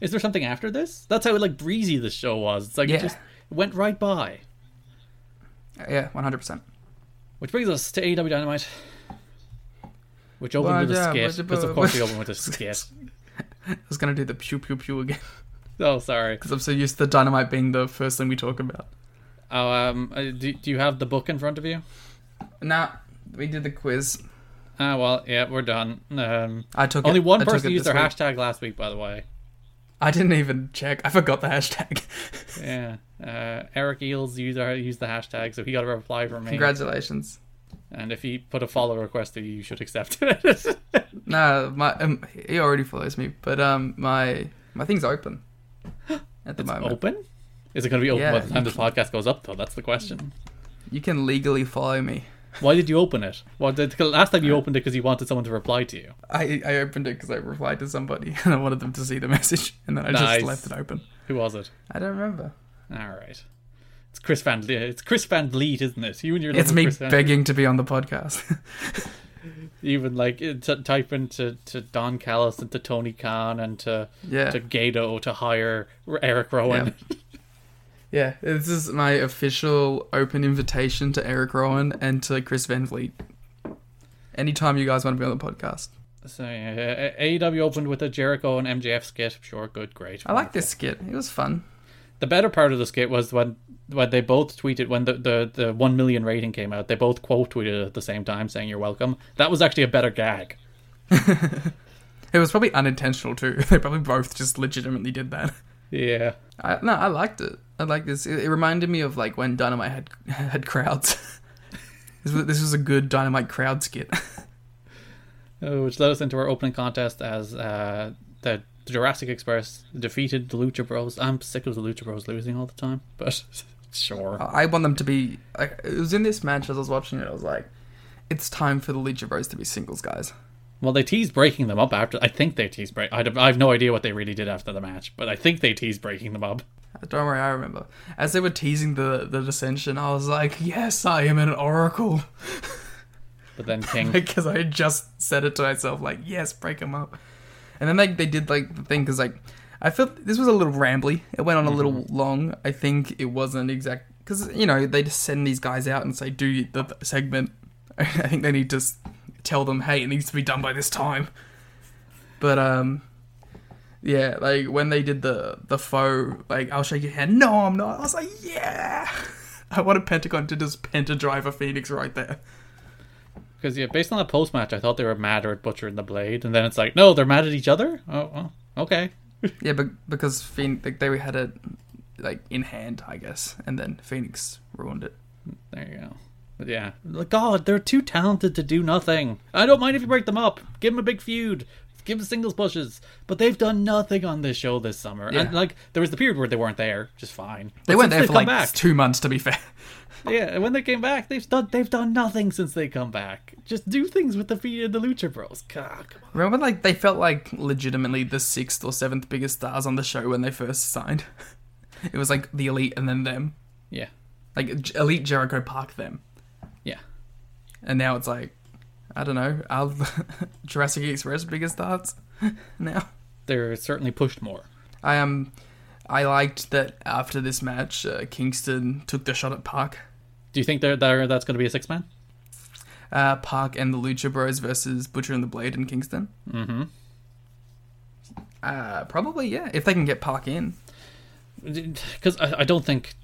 Speaker 3: is there something after this? That's how like breezy this show was. It's like
Speaker 4: Yeah.
Speaker 3: it just went right by.
Speaker 4: Yeah, one hundred percent.
Speaker 3: Which brings us to AEW Dynamite, which opened
Speaker 4: Well,
Speaker 3: with
Speaker 4: yeah,
Speaker 3: a skit
Speaker 4: but-
Speaker 3: because of
Speaker 4: but-
Speaker 3: course we opened with a skit.
Speaker 4: I was gonna do the pew pew pew again
Speaker 3: Oh, sorry.
Speaker 4: because I'm so used to dynamite being the first thing we talk about.
Speaker 3: Oh, um, uh, do, do you have the book in front of you?
Speaker 4: Nah, we did the quiz.
Speaker 3: Ah, well, yeah, we're done. Um,
Speaker 4: I took
Speaker 3: only
Speaker 4: it-
Speaker 3: one
Speaker 4: I took
Speaker 3: person
Speaker 4: it
Speaker 3: used
Speaker 4: this
Speaker 3: their
Speaker 4: week.
Speaker 3: hashtag last week, by the way.
Speaker 4: I didn't even check. I forgot the hashtag.
Speaker 3: Yeah, uh, Eric Eels used, our- used the hashtag, so he got a reply from me.
Speaker 4: Congratulations.
Speaker 3: And if he put a follow request, you should accept it.
Speaker 4: No, my um, he already follows me, but um, my my thing's open at the moment.
Speaker 3: open? Is it going to be open by
Speaker 4: Yeah,
Speaker 3: the
Speaker 4: you
Speaker 3: time this podcast goes up, though? That's the question.
Speaker 4: You can legally follow me.
Speaker 3: Why did you open it? Well, did, 'cause last time you opened it because you wanted someone to reply to you.
Speaker 4: I I opened it because I replied to somebody and I wanted them to see the message, and then I
Speaker 3: Nice.
Speaker 4: just left it open.
Speaker 3: Who was it?
Speaker 4: I don't remember.
Speaker 3: All right. It's Chris Van Lee. It's Chris Van Leet, isn't it? You and your
Speaker 4: It's
Speaker 3: love of
Speaker 4: me
Speaker 3: Chris Van-
Speaker 4: begging to be on the podcast.
Speaker 3: Even like t- type into to Don Callis and to Tony Khan and to
Speaker 4: Yeah.
Speaker 3: to Gato to hire Eric Rowan.
Speaker 4: yeah, this is my official open invitation to Eric Rowan and to Chris Van Vliet. Anytime you guys want to be on the podcast,
Speaker 3: So yeah, A- AEW opened with a Jericho and MJF skit. Sure, good, great.
Speaker 4: I like this skit. It was fun.
Speaker 3: The better part of the skit was when when they both tweeted when the, the, the one million rating came out. They both quote tweeted it at the same time saying "You're welcome." That was actually a better gag.
Speaker 4: It was probably unintentional too. They probably both just legitimately did that.
Speaker 3: Yeah.
Speaker 4: I, no, I liked it. I like this. It, it reminded me of like when Dynamite had had crowds. this, was, this was a good Dynamite crowd skit.
Speaker 3: Uh, which led us into our opening contest as uh, the Jurassic Express defeated the Lucha Bros. I'm sick of the Lucha Bros losing all the time, but sure.
Speaker 4: I want them to be. I, it was in this match as I was watching it. I was like, it's time for the Lucha Bros to be singles guys.
Speaker 3: Well, they teased breaking them up after. I think they teased break. I, don't- I have no idea what they really did after the match, but I think they teased breaking them up.
Speaker 4: Don't worry, I remember. As they were teasing the the dissension, I was like, yes, I am an oracle
Speaker 3: But then King,
Speaker 4: because I had just said it to myself, like, yes, break them up. And then they they did like the thing because like I felt this was a little rambly. It went on a little long. I think it wasn't exact because you know they just send these guys out and say do the the segment. I think they need to s- tell them, hey, it needs to be done by this time. But um, yeah, like when they did the the faux, like I'll shake your hand. No, I'm not. I was like, yeah. I wanted Pentagon to just pentadrive a Phoenix right there.
Speaker 3: Because yeah, based on that post match, I thought they were madder at Butcher and the Blade, and then it's like, no, they're mad at each other. Oh, oh okay.
Speaker 4: Yeah, but because Phoenix, like, they had it like in hand, I guess, and then Phoenix ruined it.
Speaker 3: There you go. But yeah, like God, they're too talented to do nothing. I don't mind if you break them up. Give them a big feud. Give them singles pushes. But they've done nothing on this show this summer.
Speaker 4: Yeah.
Speaker 3: And like, there was the period where they weren't there, just fine.
Speaker 4: They
Speaker 3: But
Speaker 4: went
Speaker 3: since
Speaker 4: there
Speaker 3: they've
Speaker 4: for
Speaker 3: come
Speaker 4: like two months, to be fair.
Speaker 3: Yeah, and when they came back, they've done they've done nothing since they come back. Just do things with the feet of the Lucha Bros. God, come on.
Speaker 4: Remember, like they felt like legitimately the sixth or seventh biggest stars on the show when they first signed. It was like the elite and then them,
Speaker 3: Yeah,
Speaker 4: like J- elite Jericho Park them,
Speaker 3: yeah.
Speaker 4: and now it's like, I don't know, are Jurassic Express biggest stars now?
Speaker 3: They're certainly pushed more.
Speaker 4: I um, I liked that after this match, uh, Kingston took the shot at Park.
Speaker 3: Do you think they're, they're that's going to be a six man?
Speaker 4: Uh, Park and the Lucha Bros versus Butcher and the Blade in Kingston. Mm-hmm. Uh, probably yeah, if they can get Park in.
Speaker 3: because I, I don't think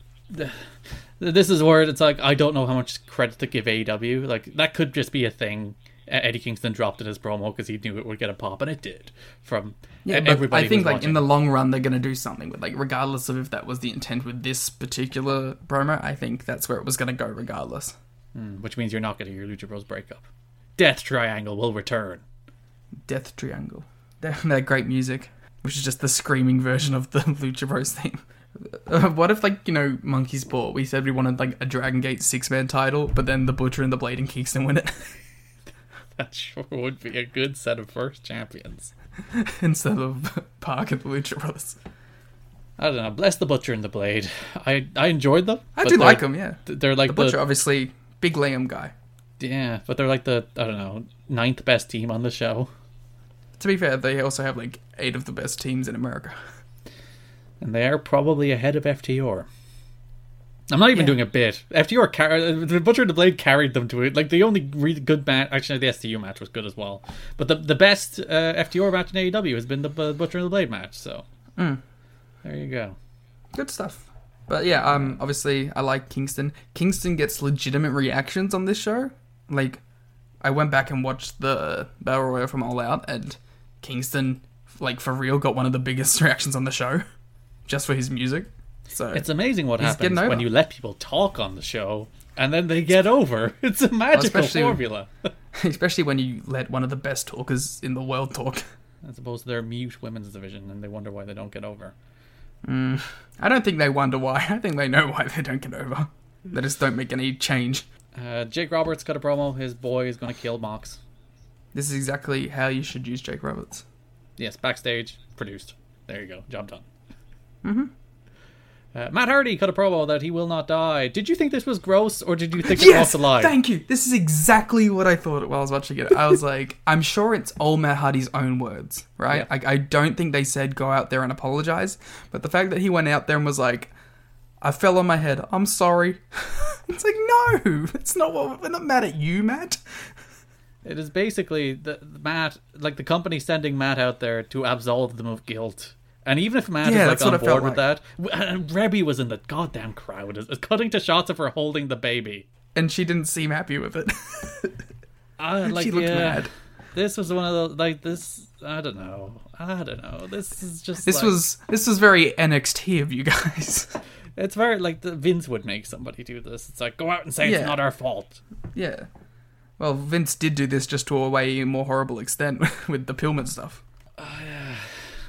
Speaker 3: this is where it's like I don't know how much credit to give AEW. Like that could just be a thing. E- Eddie Kingston dropped in his promo because he knew it would get a pop, and it did from
Speaker 4: Yeah,
Speaker 3: yeah,
Speaker 4: but
Speaker 3: everybody.
Speaker 4: I think
Speaker 3: was
Speaker 4: like in
Speaker 3: watching.
Speaker 4: the long run they're gonna do something with like regardless of if that was the intent with this particular promo, I think that's where it was gonna go regardless.
Speaker 3: which means you're not going to hear Lucha Bros break up. Death Triangle will return.
Speaker 4: Death Triangle. They're, they're great music, which is just the screaming version of the Lucha Bros theme. Uh, what if like you know Monkey's Paw? We said we wanted like a Dragon Gate six man title, but then the Butcher and the Blade and Kingston win it
Speaker 3: That sure would be a good set of first champions.
Speaker 4: instead of Park and the Lucha Brothers.
Speaker 3: I don't know. Bless the Butcher and the Blade. I I enjoyed them.
Speaker 4: I
Speaker 3: but
Speaker 4: do
Speaker 3: they're-
Speaker 4: like them, yeah. The,
Speaker 3: They're like the,
Speaker 4: Butcher, obviously, big Liam guy.
Speaker 3: yeah, but they're like the I don't know ninth best team on the show.
Speaker 4: To be fair, they also have like eight of the best teams in America.
Speaker 3: and they are probably ahead of FTR. I'm not even doing a bit. FTR, car- uh, the Butcher and the Blade carried them to it. Like the only really good match, actually the STU match was good as well. But the the best uh, FTR match in AEW has been the uh, Butcher and the Blade match. So
Speaker 4: Mm.
Speaker 3: there you go.
Speaker 4: Good stuff. But yeah, um, obviously, I like Kingston. Kingston gets legitimate reactions on this show. Like, I went back and watched the Battle Royal from All Out, and Kingston, like for real, got one of the biggest reactions on the show, just for his music. So
Speaker 3: It's amazing what happens
Speaker 4: getting over.
Speaker 3: when you let people talk on the show and then they get over. It's a magical
Speaker 4: especially-
Speaker 3: formula.
Speaker 4: especially when you let one of the best talkers in the world talk.
Speaker 3: As opposed to their mute women's division, and they wonder why they don't get over.
Speaker 4: I don't think they wonder why. I think they know why they don't get over. They just don't make any change.
Speaker 3: Uh, Jake Roberts got a promo. His boy is going to kill Mox.
Speaker 4: This is exactly how you should use Jake Roberts.
Speaker 3: Yes, backstage, produced. There you go, job done. Mm-hmm. Uh, Matt Hardy cut a promo that he will not die. Did you think this was gross, or did you think it was a lie?
Speaker 4: Thank you. This is exactly what I thought while I was watching it. I was like, I'm sure it's all Matt Hardy's own words, right?
Speaker 3: Yeah.
Speaker 4: Like, I don't think they said go out there and apologize, but the fact that he went out there and was like, I fell on my head. I'm sorry. it's like, no, it's not what we're not mad at you, Matt.
Speaker 3: It is basically the the Matt, like the company sending Matt out there to absolve them of guilt. And even if Matt
Speaker 4: Yeah,
Speaker 3: is
Speaker 4: that's
Speaker 3: like on
Speaker 4: what I felt
Speaker 3: board with that, w- and Rebby was in the goddamn crowd, is- is cutting to shots of her holding the baby.
Speaker 4: And she didn't seem happy with it.
Speaker 3: I, like,
Speaker 4: looked
Speaker 3: yeah,
Speaker 4: mad.
Speaker 3: This was one of those like this. I don't know. I don't know. This is just
Speaker 4: this
Speaker 3: like-
Speaker 4: was this was very NXT of you guys.
Speaker 3: It's very like the Vince would make somebody do this. It's like go out and say
Speaker 4: Yeah.
Speaker 3: it's not our fault.
Speaker 4: yeah. Well, Vince did do this just to a way more horrible extent with the Pillman stuff.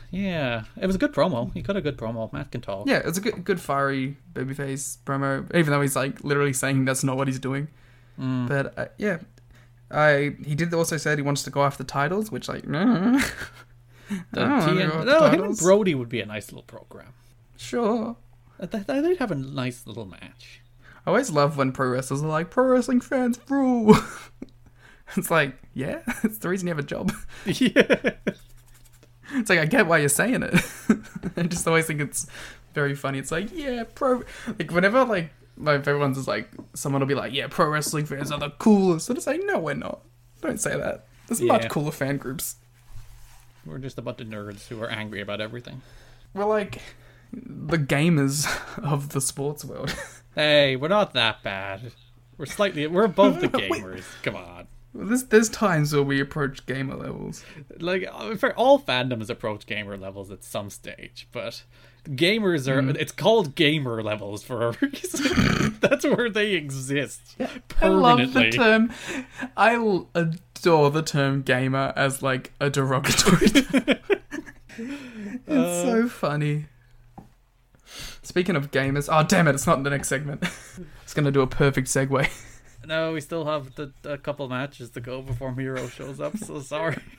Speaker 3: Yeah, it was a good promo. He got a good promo. Matt can talk.
Speaker 4: Yeah, it's a good, good fiery babyface promo, even though he's like literally saying that's not what he's doing. But uh, yeah, I he did also said he wants to go after titles, which like
Speaker 3: The
Speaker 4: I don't
Speaker 3: TN
Speaker 4: know
Speaker 3: no,
Speaker 4: about the
Speaker 3: him and
Speaker 4: titles.
Speaker 3: Brody would be a nice little program.
Speaker 4: sure.
Speaker 3: Uh, they- they- They'd have a nice little match.
Speaker 4: I always love when pro wrestlers are like pro wrestling fans rule. it's like yeah, it's the reason you have a job.
Speaker 3: yeah,
Speaker 4: It's like I get why you're saying it. I just always think it's very funny. It's like yeah, pro like whenever like my favorite ones is like someone will be like yeah, pro wrestling fans are the coolest, and it's like no, we're not. Don't say that. There's
Speaker 3: Yeah.
Speaker 4: much cooler fan groups.
Speaker 3: we're just a bunch of nerds who are angry about everything.
Speaker 4: We're like the gamers of the sports world.
Speaker 3: Hey, we're not that bad. We're slightly we're above the gamers. Come on.
Speaker 4: there's, there's times where we approach gamer levels.
Speaker 3: Like uh, for all fandoms approach gamer levels at some stage, but gamers are
Speaker 4: Mm.
Speaker 3: it's called gamer levels for a reason. That's where they exist.
Speaker 4: I love
Speaker 3: Permanently.
Speaker 4: the term. I l- adore the term gamer as like a derogatory term. it's so funny. Speaking of gamers, oh damn it, it's not in the next segment. it's gonna do a perfect segue.
Speaker 3: No, we still have the, a couple matches to go before Miro shows up. So sorry.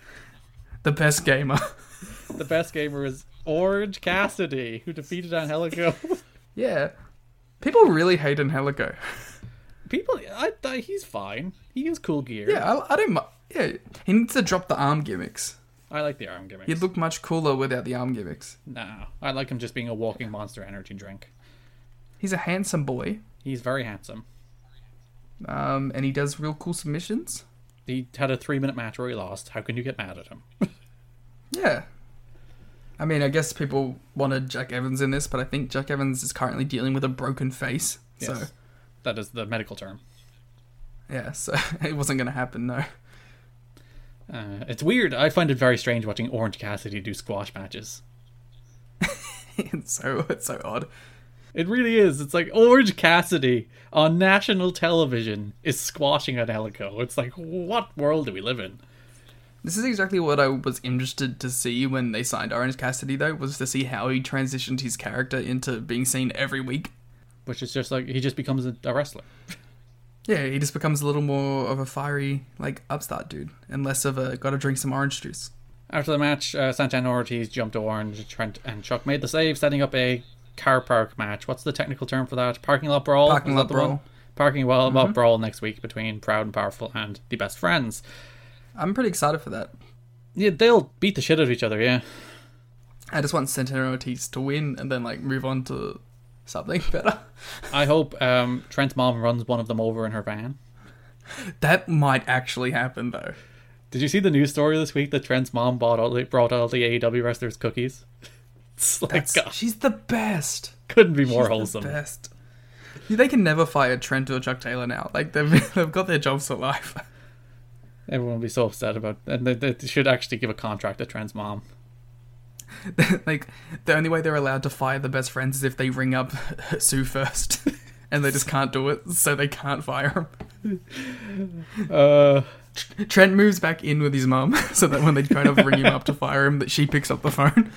Speaker 4: The best gamer.
Speaker 3: The best gamer is Orange Cassidy, who defeated Angelico.
Speaker 4: yeah. People really hate Angelico.
Speaker 3: People, I, I, he's fine. He has cool gear.
Speaker 4: Yeah, I, I don't. mi- Yeah, he needs to drop the arm gimmicks.
Speaker 3: I like the arm gimmick.
Speaker 4: He'd look much cooler without the arm gimmicks.
Speaker 3: Nah, I like him just being a walking monster energy drink.
Speaker 4: He's a handsome boy,
Speaker 3: He's very handsome.
Speaker 4: um, and he does real cool submissions.
Speaker 3: He had a three minute match where he lost. How can you get mad at him?
Speaker 4: Yeah. I mean, I guess people wanted Jack Evans in this, but I think Jack Evans is currently dealing with a broken face. So,
Speaker 3: Yes. That is the medical term.
Speaker 4: yeah, so it wasn't going to happen, no.
Speaker 3: Uh, it's weird. I find it very strange watching Orange Cassidy do squash matches.
Speaker 4: it's so it's so odd.
Speaker 3: It really is. It's like Orange Cassidy on national television is squashing an Helico. It's like, what world do we live in?
Speaker 4: This is exactly what I was interested to see when they signed Orange Cassidy, though, was to see how he transitioned his character into being seen every week.
Speaker 3: Which is just like, he just becomes a, a wrestler.
Speaker 4: Yeah, he just becomes a little more of a fiery, like, upstart dude, and less of a gotta drink some orange juice.
Speaker 3: After the match, uh, Santana Ortiz jumped Orange, Trent and Chuck made the save, setting up a car park match. What's the technical term for that? Parking lot brawl?
Speaker 4: Parking
Speaker 3: Is that
Speaker 4: lot
Speaker 3: the one?
Speaker 4: brawl. Mm-hmm.
Speaker 3: Parking lot lot brawl next week between Proud and Powerful and the Best Friends.
Speaker 4: I'm pretty excited for that.
Speaker 3: Yeah, they'll beat the shit out of each other, yeah.
Speaker 4: I just want Santana Ortiz to win and then, like, move on to something better.
Speaker 3: I hope um, Trent's mom runs one of them over in her van.
Speaker 4: That might actually happen though.
Speaker 3: Did you see the news story this week that Trent's mom bought all the, brought all the AEW wrestlers cookies? It's like,
Speaker 4: That's,
Speaker 3: God,
Speaker 4: she's the best.
Speaker 3: couldn't be more
Speaker 4: She's the
Speaker 3: wholesome.
Speaker 4: best. They can never fire Trent or Chuck Taylor now. Like they've they've got their jobs for life.
Speaker 3: Everyone will be so upset about And they, they should actually give a contract to Trent's mom.
Speaker 4: like the only way they're allowed to fire the best friends is if they ring up Sue first, and they just can't do it, so they can't fire
Speaker 3: Uh,
Speaker 4: him. Trent moves back in with his mum, so that when they try to ring him up to fire him, that she picks up the phone.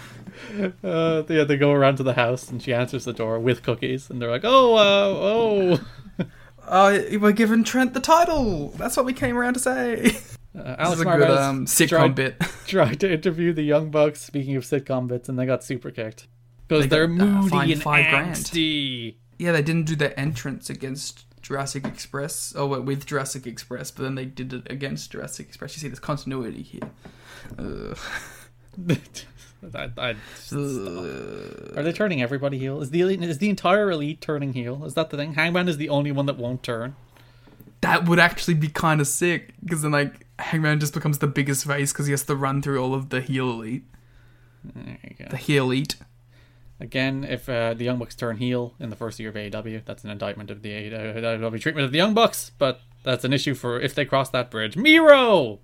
Speaker 3: Uh, yeah, they go around to the house and she answers the door with cookies, and they're like, "Oh, uh,
Speaker 4: Uh, we're giving Trent the title. That's what we came around to say.
Speaker 3: oh." Uh,
Speaker 4: This
Speaker 3: Alex
Speaker 4: is a good
Speaker 3: Marquez
Speaker 4: um, sitcom
Speaker 3: tried,
Speaker 4: bit.
Speaker 3: tried to interview the Young Bucks. Speaking of sitcom bits, and they got super kicked because
Speaker 4: They
Speaker 3: they are
Speaker 4: got, uh,
Speaker 3: moody
Speaker 4: fined
Speaker 3: and
Speaker 4: five grand.
Speaker 3: angsty.
Speaker 4: Yeah, they didn't do their entrance against Jurassic Express. Oh, wait, with Jurassic Express, but then they did it against Jurassic Express. You see, there's continuity here. Ugh.
Speaker 3: I, I,
Speaker 4: Ugh.
Speaker 3: are they turning everybody heel? Is the elite, is the entire elite turning heel? Is that the thing? Hangman is the only one that won't turn.
Speaker 4: That would actually be kind of sick, because then, like, Hangman just becomes the biggest face because he has to run through all of the heel elite.
Speaker 3: There you go.
Speaker 4: The heel elite.
Speaker 3: Again, if uh, the Young Bucks turn heel in the first year of AEW, that's an indictment of the AEW treatment of the Young Bucks, but that's an issue for if they cross that bridge. Miro!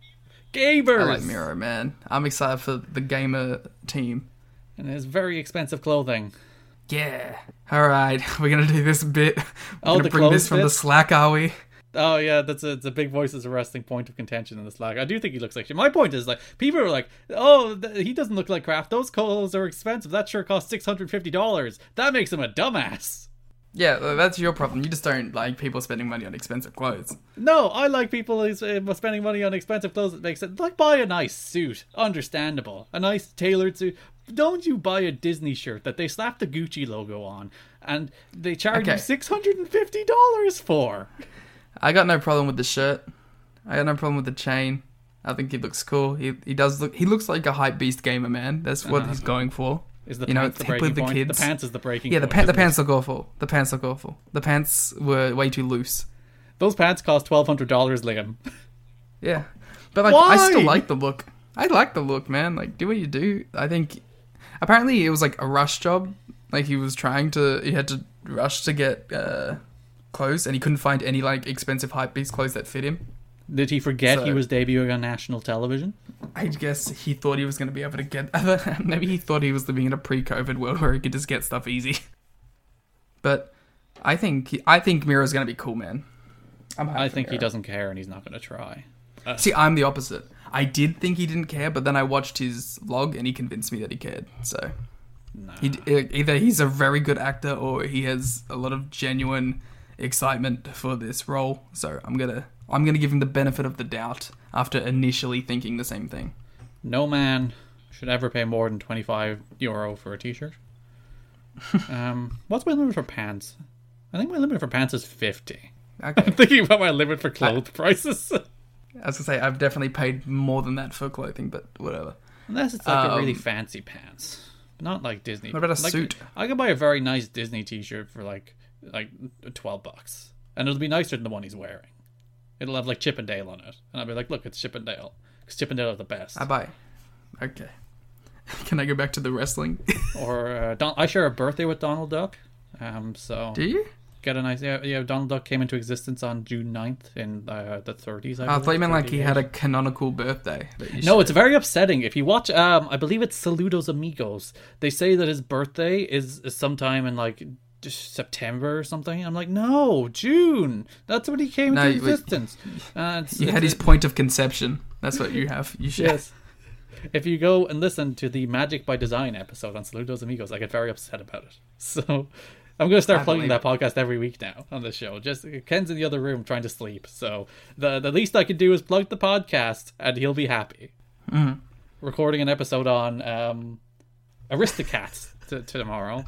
Speaker 3: Gabers!
Speaker 4: I like Miro, man. I'm excited for the gamer team.
Speaker 3: And his very expensive clothing.
Speaker 4: Yeah. All right, we're gonna do this bit. We're
Speaker 3: Oh,
Speaker 4: gonna
Speaker 3: the
Speaker 4: bring
Speaker 3: clothes
Speaker 4: this from the
Speaker 3: bit?
Speaker 4: Slack, are we?
Speaker 3: Oh, yeah, that's a, it's a big voice as a wrestling point of contention in this lag. I do think he looks like shit. My point is, like, people are like, oh, th- he doesn't look like Kraft. Those clothes are expensive. That sure costs $650. That makes him a dumbass.
Speaker 4: Yeah, that's your problem. You just don't like people spending money on expensive clothes.
Speaker 3: No, I like people who's, uh, spending money on expensive clothes that makes sense. Like, buy a nice suit. Understandable. A nice tailored suit. Don't you buy a Disney shirt that they slap the Gucci logo on and they charge you
Speaker 4: Okay.
Speaker 3: $650 for?
Speaker 4: I got no problem with the shirt. I got no problem with the chain. I think he looks cool. He he does look. He looks like a hype beast gamer man. That's what he's going for.
Speaker 3: Is the
Speaker 4: you know
Speaker 3: pants the
Speaker 4: hip
Speaker 3: breaking
Speaker 4: with the
Speaker 3: point?
Speaker 4: kids?
Speaker 3: The pants is the breaking
Speaker 4: yeah, the,
Speaker 3: point,
Speaker 4: pa- the
Speaker 3: isn't it?
Speaker 4: pants look awful. The pants look awful. The pants were way too loose.
Speaker 3: Those pants cost $1,200, Liam.
Speaker 4: Yeah, but like I still
Speaker 3: Why?
Speaker 4: like the look. I like the look, man. Like do what you do. I think apparently it was like a rush job Like he was trying to, he had to rush to get uh, clothes, and he couldn't find any like expensive hypebeast clothes that fit him.
Speaker 3: Did he forget he
Speaker 4: So-
Speaker 3: was debuting on national television?
Speaker 4: I guess he thought he was going to be able to get. Maybe he thought he was living in a pre-COVID world where he could just get stuff easy. But I think he, I think Miro's going to be cool, man. I'm hyped
Speaker 3: I
Speaker 4: for
Speaker 3: think he
Speaker 4: Miro.
Speaker 3: doesn't care and he's not going to try.
Speaker 4: See, I'm the opposite. I did think he didn't care, but then I watched his vlog and he convinced me that he cared. So, he d e, either he's a very good actor or he has a lot of genuine excitement for this role. So I'm gonna I'm gonna give him the benefit of the doubt after initially thinking the same thing.
Speaker 3: No man should ever pay more than 25 euro for a t shirt. um, what's my limit for pants? I think my limit for pants is 50.
Speaker 4: Okay,
Speaker 3: Thinking about my limit for clothes prices.
Speaker 4: I was gonna say I've definitely paid more than that for clothing, but whatever.
Speaker 3: Unless it's like a really fancy pants, not like Disney.
Speaker 4: Um, What about a
Speaker 3: like,
Speaker 4: suit?
Speaker 3: I could buy a very nice Disney T-shirt for like like twelve bucks, and it'll be nicer than the one he's wearing. It'll have like Chippendale on it, and I'll be like, "Look, it's Chippendale, because Chippendale are the best."
Speaker 4: I buy. Okay, can I go back to the wrestling?
Speaker 3: or uh, Don- I share a birthday with Donald Duck, um, so
Speaker 4: Do you?
Speaker 3: get a nice. Yeah, yeah, Donald Duck came into existence on June 9th in uh, the thirties.
Speaker 4: Oh, I thought you meant like he had a canonical birthday. that you
Speaker 3: No, it's very upsetting. If you watch, um, I believe it's Saludos Amigos. They say that his birthday is, is sometime in like just September or something. I'm like, no, June. That's when he came
Speaker 4: No,
Speaker 3: into
Speaker 4: you-
Speaker 3: existence. Uh, it's-
Speaker 4: You had
Speaker 3: it's-
Speaker 4: his point of conception. That's what you have. You should.
Speaker 3: yes. If you go and listen to the Magic by Design episode on Saludos Amigos, I get very upset about it. So I'm going to start
Speaker 4: I
Speaker 3: plugging
Speaker 4: believe
Speaker 3: that podcast every week now on the show. Just Ken's in the other room trying to sleep, so the the least I could do is plug the podcast, and he'll be happy.
Speaker 4: Mm-hmm.
Speaker 3: Recording an episode on um, Aristocats to, to tomorrow.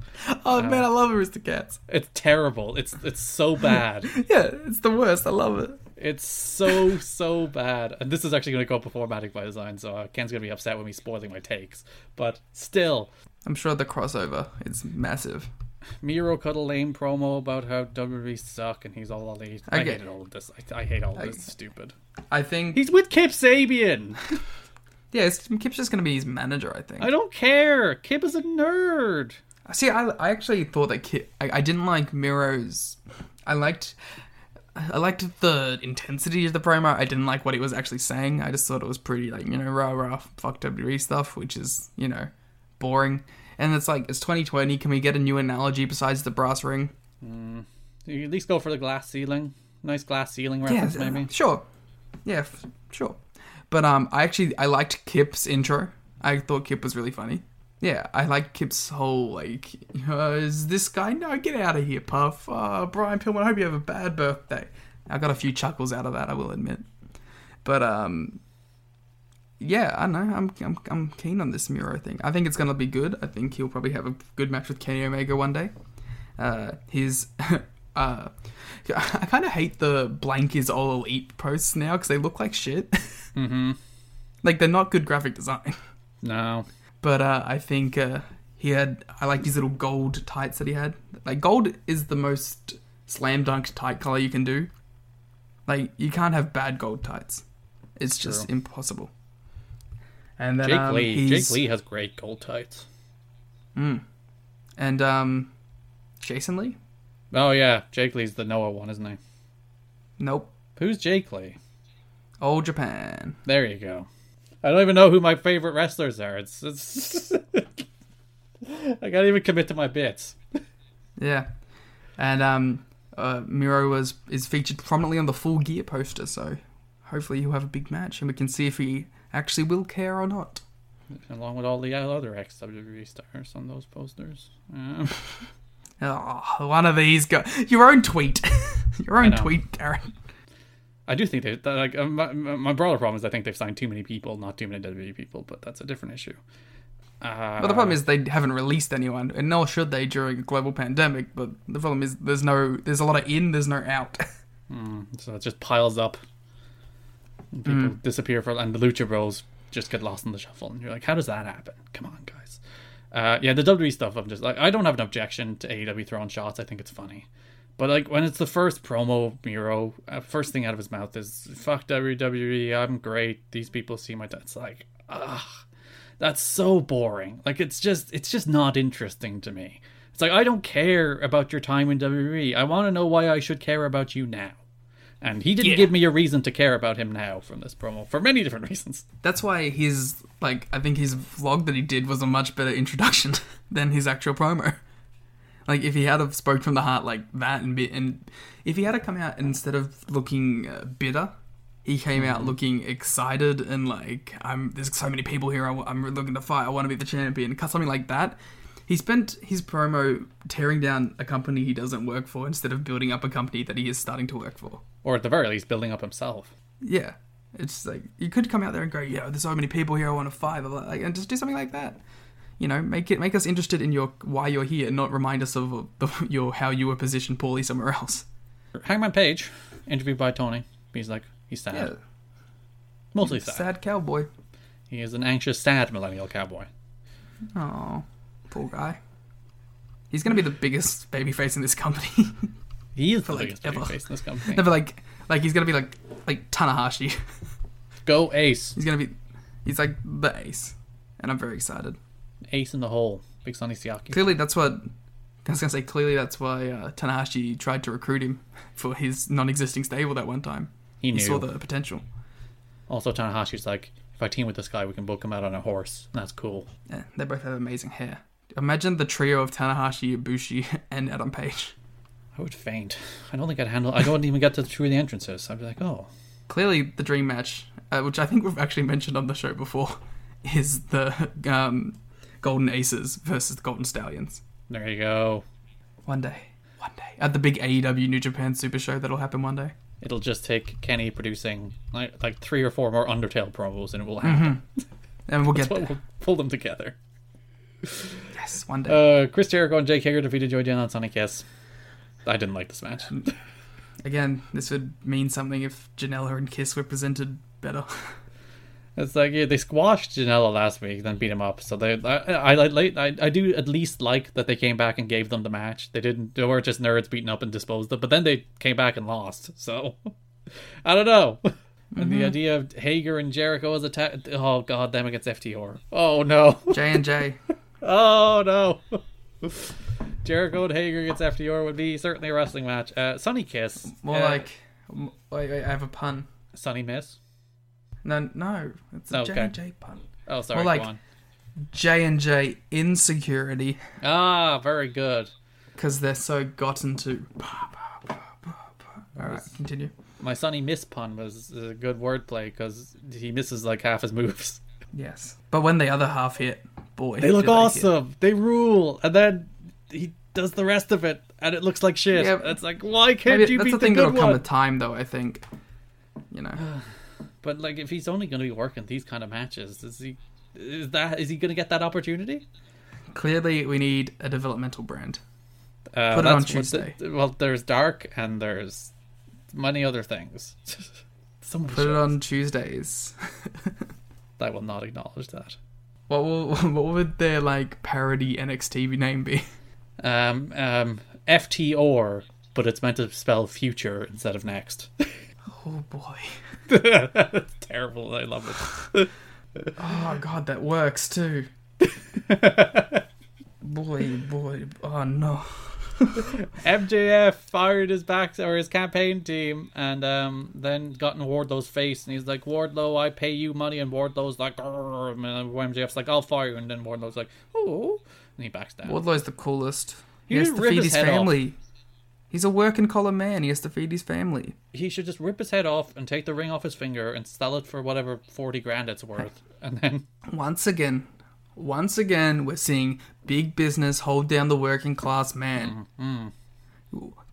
Speaker 4: Oh man, I love Aristocats.
Speaker 3: It's terrible. It's it's so bad.
Speaker 4: Yeah, it's the worst. I love it.
Speaker 3: It's so so bad, and this is actually going to go up before Magic by Design, so uh, Ken's going to be upset with me spoiling my takes. But still,
Speaker 4: I'm sure the crossover is massive.
Speaker 3: Miro cut a lame promo about how WWE suck, and he's all all these. I
Speaker 4: Okay.
Speaker 3: hated all of this. I, I hate all of this. It's Stupid.
Speaker 4: I think.
Speaker 3: He's with Kip Sabian.
Speaker 4: yeah, it's, Kip's just going to be his manager. I think.
Speaker 3: I don't care. Kip is a nerd.
Speaker 4: See, I, I actually thought that Kip. I, I didn't like Miro's. I liked. I liked the intensity of the promo. I didn't like what it was actually saying. I just thought it was pretty, like, you know, rah rah, fuck WWE stuff, which is, you know, boring. And it's like, it's 2020. Can we get a new analogy besides the brass ring?
Speaker 3: You at least go for the glass ceiling. Nice glass ceiling
Speaker 4: Yeah,
Speaker 3: reference, maybe.
Speaker 4: Sure. Yeah, f- sure. But um, I actually I liked Kip's intro. I thought Kip was really funny. Yeah, I liked Kip's whole like, uh, is this guy? No, get out of here, Puff. Uh, Brian Pillman, I hope you have a bad birthday. I got a few chuckles out of that, I will admit. But um, yeah, I know. I'm I'm I'm keen on this Miro thing. I think it's gonna be good. I think he'll probably have a good match with Kenny Omega one day. Uh, his uh, I kind of hate the blank is all elite posts now because they look like shit. Mm-hmm. like they're not good graphic design.
Speaker 3: No.
Speaker 4: But uh, I think uh, he had. I like these little gold tights that he had. Like gold is the most slam dunk tight color you can do. Like you can't have bad gold tights. It's just impossible. And then
Speaker 3: Jake
Speaker 4: um,
Speaker 3: Lee.
Speaker 4: he's-
Speaker 3: Jake Lee has great gold tights.
Speaker 4: and um, Jason Lee.
Speaker 3: Oh yeah, Jake Lee's the Noah one, isn't he?
Speaker 4: Nope.
Speaker 3: Who's Jake Lee?
Speaker 4: Old Japan.
Speaker 3: There you go. I don't even know who my favorite wrestlers are. It's, it's I can't even commit to my bits.
Speaker 4: Yeah, and um, uh, Miro was is featured prominently on the Full Gear poster, so hopefully he'll have a big match, and we can see if he actually will care or not.
Speaker 3: Along with all the other ex WWE stars on those posters. Um,
Speaker 4: Oh, one of these go your own tweet, your own
Speaker 3: know.
Speaker 4: tweet, Karen.
Speaker 3: I do think they, that like uh, my, my my broader problem is I think they've signed too many people, not too many WWE people, but that's a different issue.
Speaker 4: But the problem is they haven't released anyone, and nor should they during a global pandemic. But the problem is there's no there's a lot of in, there's no out.
Speaker 3: So it just piles up. And people disappear for, and the Lucha Bros just get lost in the shuffle. And you're like, how does that happen? Come on, guys. Uh, yeah, the WWE stuff. I'm just like, I don't have an objection to AEW throwing shots. I think it's funny, but like when it's the first promo Miro, uh, first thing out of his E, mouth is "fuck WWE, I'm great." These people see my. T-. It's like, ah, That's so boring. Like it's just it's just not interesting to me. It's like I don't care about your time in WWE. I want to know why I should care about you now. And he didn't
Speaker 1: Yeah.
Speaker 3: give me a reason to care about him now from this promo for many different reasons.
Speaker 4: That's why his like I think his vlog that he did was a much better introduction than his actual promo. Like if he had have spoke from the heart like that and be, and if he had have come out instead of looking uh, bitter, he came out looking excited and like I'm there's so many people here I, am looking to fight I want to be the champion cut something like that. He spent his promo tearing down a company he doesn't work for instead of building up a company that he is starting to work for.
Speaker 3: Or at the very least building up himself.
Speaker 4: Yeah. It's like you could come out there and go, yeah, there's so many people here. I want to five, like, and just do something like that. You know, make it make us interested in your why you're here, not remind us of the, your how you were positioned poorly somewhere else.
Speaker 3: Hangman Page, interviewed by Tony. He's like he's sad.
Speaker 4: Yeah,
Speaker 3: Mostly sad.
Speaker 4: Uh, sad cowboy.
Speaker 3: He is an anxious, sad millennial cowboy.
Speaker 4: Oh, poor guy. He's gonna be the biggest babyface in this company.
Speaker 3: He is the
Speaker 4: like,
Speaker 3: biggest
Speaker 4: ever.
Speaker 3: babyface in this company.
Speaker 4: Never like like he's gonna be like like Tanahashi.
Speaker 3: Go Ace.
Speaker 4: He's gonna be he's like the ace, and I'm very excited.
Speaker 3: Ace in the hole. Big Sonny Siaki.
Speaker 4: clearly that's what I was gonna say. Clearly that's why uh, Tanahashi tried to recruit him for his non-existing stable that one time.
Speaker 3: He
Speaker 4: He
Speaker 3: knew.
Speaker 4: saw the potential.
Speaker 3: Also, Tanahashi's like, if I team with this guy, we can book him out on a horse. That's cool.
Speaker 4: Yeah, they both have amazing hair. Imagine the trio of Tanahashi, Ibushi, and Adam Page.
Speaker 3: I would faint. I don't think I'd handle. I don't even get to through the entrances. I'd be like, oh,
Speaker 4: Clearly, the dream match, uh, which I think we've actually mentioned on the show before, is the um, Golden Aces versus the Golden Stallions.
Speaker 3: there you go.
Speaker 4: One day, one day, at the big AEW New Japan Super Show, that'll happen one day.
Speaker 3: It'll just take Kenny producing like, like three or four more Undertale promos, and it will happen.
Speaker 4: And we'll get
Speaker 3: But
Speaker 4: there.
Speaker 3: we'll pull them together.
Speaker 4: Yes, one day.
Speaker 3: Uh, Chris Jericho and Jake Hager defeated Joy Janela and Sonic Yes. I didn't like this match.
Speaker 4: Again, this would mean something if Janela and Kiss were presented better.
Speaker 3: It's like yeah, they squashed Janela last week, then beat him up. So they, I, I, I, I, I do at least like that they came back and gave them the match. They didn't, they were just nerds beating up and disposed of. But then they came back and lost. So I don't know. And the idea of Hager and Jericho as a ta- oh god, them against FTR. Oh no,
Speaker 4: J and J.
Speaker 3: oh no. Jericho and Hager against FTR would be certainly a wrestling match. Uh, Sunny Kiss,
Speaker 4: More
Speaker 3: Uh,
Speaker 4: like. m- Wait, wait, I have a pun.
Speaker 3: Sunny Miss.
Speaker 4: No, no, it's a
Speaker 3: Okay.
Speaker 4: J and J pun.
Speaker 3: Oh, sorry,
Speaker 4: More like-
Speaker 3: go on.
Speaker 4: J and J insecurity
Speaker 3: Ah, very good.
Speaker 4: because they're so gotten to. All right, continue.
Speaker 3: My sonny miss pun was a good wordplay because he misses like half his moves.
Speaker 4: Yes, but when the other half hit, boy,
Speaker 3: They look
Speaker 4: did hit.
Speaker 3: awesome. They rule, and then he does the rest of it, and it looks like shit.
Speaker 4: Yeah,
Speaker 3: it's like why can't
Speaker 4: Maybe
Speaker 3: you
Speaker 4: that's
Speaker 3: beat
Speaker 4: the
Speaker 3: the,
Speaker 4: thing that'll
Speaker 3: good
Speaker 4: come
Speaker 3: one?
Speaker 4: with time, though. I think. You know,
Speaker 3: but like, if he's only going to be working these kind of matches, is he? Is that? Is he going to get that opportunity?
Speaker 4: clearly we need a developmental brand.
Speaker 3: Uh,
Speaker 4: Put it on
Speaker 3: that's what the-
Speaker 4: Tuesday.
Speaker 3: well, there's dark, and there's many other things. Some
Speaker 4: Put it on Tuesdays.
Speaker 3: I will not acknowledge that.
Speaker 4: What will, what would their like parody NXT name be?
Speaker 3: Um, um, FTR, but it's meant to spell future instead of next.
Speaker 4: Oh boy.
Speaker 3: That's terrible. I love it.
Speaker 4: Oh god, that works too. boy, boy. Oh no.
Speaker 3: MJF fired his back or his campaign team, and um, then got in Wardlow's face, and he's like, "Wardlow, I pay you money," and Wardlow's like, "Grrr," and then MJF's like, "I'll fire," you," and then Wardlow's like, "Oh," and he backs down.
Speaker 4: Wardlow's the coolest. He,
Speaker 3: You
Speaker 4: has
Speaker 3: didn't
Speaker 4: to
Speaker 3: rip
Speaker 4: feed
Speaker 3: his
Speaker 4: his
Speaker 3: head off.
Speaker 4: family. He's a working collar man. He has to feed his family.
Speaker 3: He should just rip his head off and take the ring off his finger and sell it for whatever forty grand it's worth, and then
Speaker 4: Once again, once again, we're seeing big business hold down the working class man.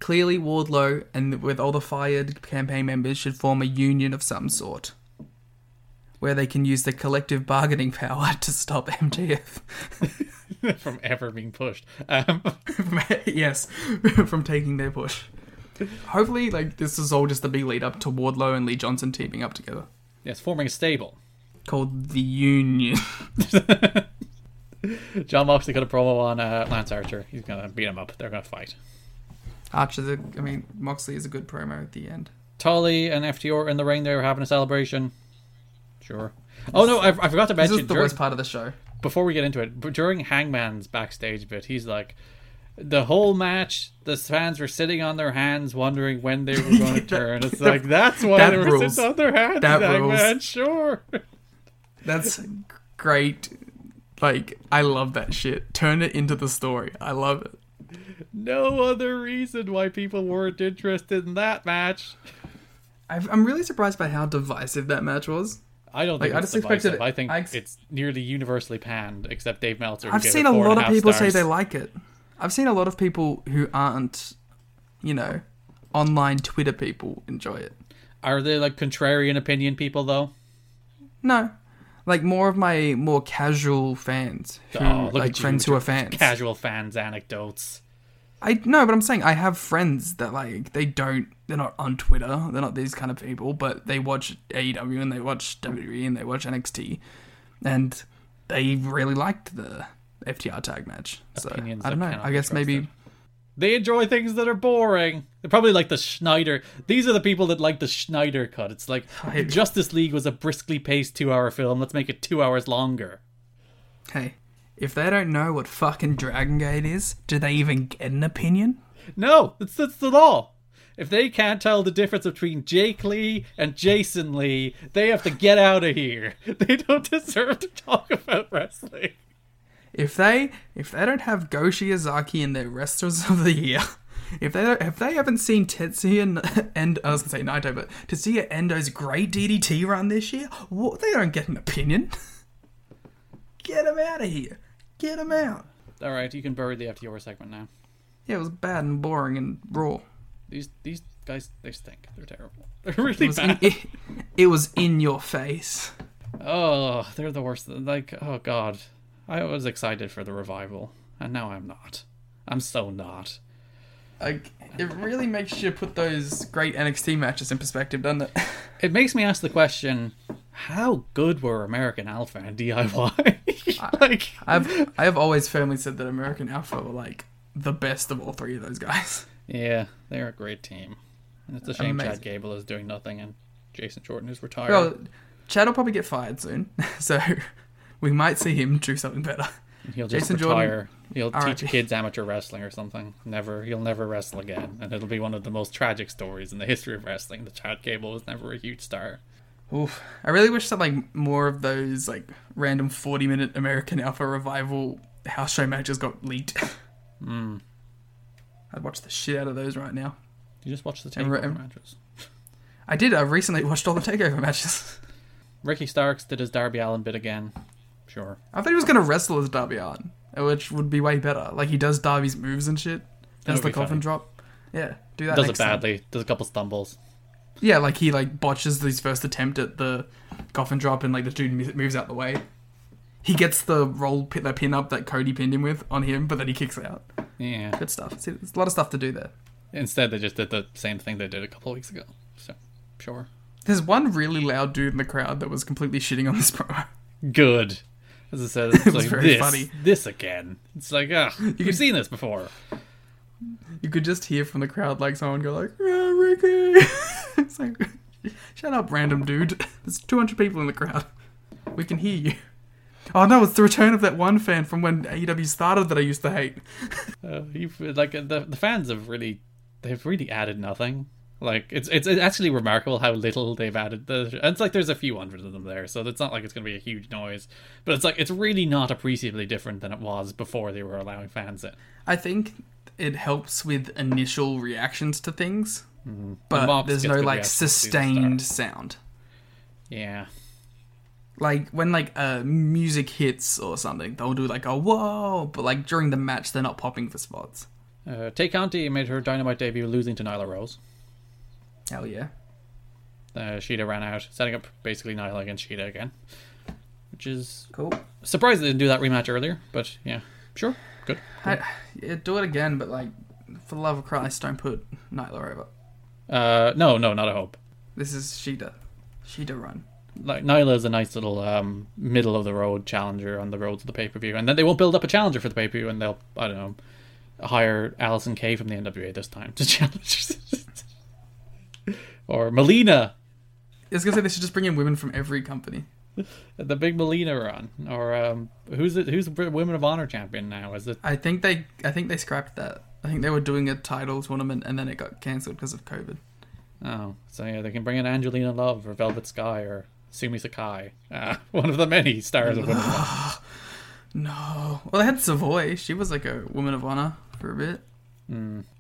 Speaker 4: Clearly, Wardlow and with all the fired campaign members should form a union of some sort. Where they can use their collective bargaining power to stop MJF
Speaker 3: from ever being pushed. Um,
Speaker 4: yes, from taking their push. Hopefully, like this is all just the big lead up to Wardlow and Lee Johnson teaming up together,
Speaker 3: yes, forming a stable.
Speaker 4: called the Union.
Speaker 3: John Moxley got a promo on uh, Lance Archer. He's gonna beat him up. They're gonna fight.
Speaker 4: Archer's, a, I mean, Moxley is a good promo at the end.
Speaker 3: Tully and FTR in the ring. They were having a celebration. Sure. Oh no, I, I forgot to
Speaker 4: This
Speaker 3: mention
Speaker 4: is the
Speaker 3: during-
Speaker 4: worst part of the show.
Speaker 3: before we get into it, but during Hangman's backstage bit, he's like, the whole match, the fans were sitting on their hands, wondering when they were going to turn. It's like that's why
Speaker 4: that
Speaker 3: they were
Speaker 4: rules.
Speaker 3: sitting on their hands.
Speaker 4: That
Speaker 3: Hangman,
Speaker 4: rules.
Speaker 3: sure.
Speaker 4: That's great. Like, I love that shit. Turn it into the story. I love it.
Speaker 3: No other reason why people weren't interested in that match.
Speaker 4: I've, I'm really surprised by how divisive that match was.
Speaker 3: I don't think
Speaker 4: Like, I
Speaker 3: it's
Speaker 4: just expected
Speaker 3: divisive.
Speaker 4: it-
Speaker 3: I think
Speaker 4: I ex-
Speaker 3: it's nearly universally panned, except Dave Meltzer. who
Speaker 4: I've
Speaker 3: gave
Speaker 4: seen
Speaker 3: it
Speaker 4: a
Speaker 3: four
Speaker 4: lot
Speaker 3: and
Speaker 4: of
Speaker 3: half
Speaker 4: people
Speaker 3: stars.
Speaker 4: say they like it. I've seen a lot of people who aren't, you know, online Twitter people enjoy it.
Speaker 3: Are they like contrarian opinion people though?
Speaker 4: No. Like more of my more casual fans, who,
Speaker 3: Oh, look
Speaker 4: Hmm, like
Speaker 3: at you
Speaker 4: friends
Speaker 3: with
Speaker 4: who
Speaker 3: your
Speaker 4: are fans.
Speaker 3: Casual fans anecdotes.
Speaker 4: I no, but I'm saying I have friends that like they don't, they're not on Twitter, they're not these kind of people, but they watch AEW and they watch WWE and they watch NXT, and they really liked the FTR tag match. So
Speaker 3: Opinions
Speaker 4: I don't
Speaker 3: that
Speaker 4: know.
Speaker 3: cannot
Speaker 4: I
Speaker 3: be
Speaker 4: guess maybe
Speaker 3: They enjoy things that are boring. They're probably like the Schneider. These are the people that like the Schneider cut. It's like
Speaker 4: Right.
Speaker 3: Justice League was a briskly paced two hour film. Let's make it two hours longer.
Speaker 4: Hey, if they don't know what fucking Dragon Gate is, do they even get an opinion?
Speaker 3: No, it's that's the law. If they can't tell the difference between Jake Lee and Jason Lee, they have to get out of here. They don't deserve to talk about wrestling.
Speaker 4: If they if they don't have Go Shiozaki in their wrestlers of the year, if they don't, if they haven't seen Tetsuya and, and I was gonna say Naito, but Tetsuya Endo's great DDT run this year, what they don't get an opinion. get them out of here. Get them out.
Speaker 3: All right, you can bury the FTR segment now.
Speaker 4: Yeah, it was bad and boring and raw.
Speaker 3: These these guys they stink. They're terrible. They're really
Speaker 4: It was in,
Speaker 3: bad.
Speaker 4: it, it was in your face.
Speaker 3: Oh, they're the worst. Like, oh god, I was excited for the revival, and now I'm not. I'm so not.
Speaker 4: Like it really makes you put those great NXT matches in perspective, doesn't it?
Speaker 3: It makes me ask the question: How good were American Alpha and DIY? like,
Speaker 4: I've I have always firmly said that American Alpha were like the best of all three of those guys.
Speaker 3: yeah, they're a great team, and it's a shame Chad
Speaker 4: Amazing.
Speaker 3: Gable is doing nothing and Jason Jordan is retired.
Speaker 4: Well, Chad will probably get fired soon, so we might see him do something better.
Speaker 3: He'll just
Speaker 4: Jason Jordan-
Speaker 3: retire. He'll
Speaker 4: R.I.P.
Speaker 3: teach kids amateur wrestling or something. Never, he'll never wrestle again, and it'll be one of the most tragic stories in the history of wrestling. That Chad Gable was never a huge star.
Speaker 4: Oof. I really wish that like more of those like random forty minute American Alpha revival house show matches got leaked. I'd watch the shit out of those right now.
Speaker 3: You just watch the
Speaker 4: And re-
Speaker 3: takeover
Speaker 4: and-
Speaker 3: matches.
Speaker 4: I did. I recently watched all the takeover matches.
Speaker 3: Ricky Starks did his Darby Allen bit again. Sure.
Speaker 4: I thought he was gonna wrestle as Darby Allen, which would be way better. Like he does Darby's moves and shit. Does
Speaker 3: would
Speaker 4: the
Speaker 3: be
Speaker 4: coffin
Speaker 3: funny.
Speaker 4: drop? Yeah, do that.
Speaker 3: Does
Speaker 4: next
Speaker 3: it
Speaker 4: time.
Speaker 3: badly. Does a couple stumbles.
Speaker 4: Yeah, like he like botches his first attempt at the coffin drop, and like the dude mo- moves out the way. He gets the roll pin, the pin up that Cody pinned him with on him, but then he kicks out.
Speaker 3: Yeah.
Speaker 4: Good stuff. See, there's a lot of stuff to do there.
Speaker 3: Instead, they just did the same thing they did a couple weeks ago. So, sure.
Speaker 4: There's one really loud dude in the crowd that was completely shitting on this promo.
Speaker 3: Good. As I said, it's
Speaker 4: was
Speaker 3: like
Speaker 4: very
Speaker 3: this,
Speaker 4: funny.
Speaker 3: this again. It's like, ah, you've seen this before.
Speaker 4: You could just hear from the crowd like someone go like, "Yeah, Ricky." it's like, shut up, random dude. There's 200 people in the crowd. We can hear you. Oh no, it's the return of that one fan from when AEW started that I used to hate.
Speaker 3: Uh, you've like the the fans have really they've really added nothing. Like it's it's it's actually remarkable how little they've added. The and it's like there's a few hundred of them there, so it's not like it's going to be a huge noise. But it's like it's really not appreciably different than it was before they were allowing fans in.
Speaker 4: I think it helps with initial reactions to things,
Speaker 3: Mm-hmm. The
Speaker 4: but
Speaker 3: mobs
Speaker 4: there's
Speaker 3: gets
Speaker 4: no
Speaker 3: good
Speaker 4: like
Speaker 3: reactions to the
Speaker 4: sustained sound.
Speaker 3: Yeah,
Speaker 4: Like when like uh, music hits or something, they'll do like a whoa, but like during the match, they're not popping for spots.
Speaker 3: uh, Tay Conti made her dynamite debut, losing to Nyla Rose.
Speaker 4: Hell yeah.
Speaker 3: Uh, Sheeta ran out, setting up basically Nyla against Sheeta again, which is
Speaker 4: Cool.
Speaker 3: surprised they didn't do that rematch earlier. But yeah, sure, good.
Speaker 4: I, yeah, do it again, but like, for the love of Christ, don't put Nyla over.
Speaker 3: Uh, no, no, not a hope.
Speaker 4: This is Sheeta. Sheeta run.
Speaker 3: like Nyla's a nice little um, middle of the road challenger on the road to the pay per view, and then they won't build up a challenger for the pay per view, and they'll I don't know hire Allison Kay from the NWA this time to challenge, or Melina.
Speaker 4: I was gonna say they should just bring in women from every company.
Speaker 3: the big Melina run, or um, who's it? Who's the Women of Honor champion now? Is it?
Speaker 4: I think they I think they scrapped that. I think they were doing a title tournament and then it got cancelled because of COVID.
Speaker 3: Oh, so yeah, they can bring in Angelina Love or Velvet Sky or Sumi Sakai, uh, one of the many stars of Women of Honor.
Speaker 4: No. Well, they had Savoy. She was like a woman of honor for a bit.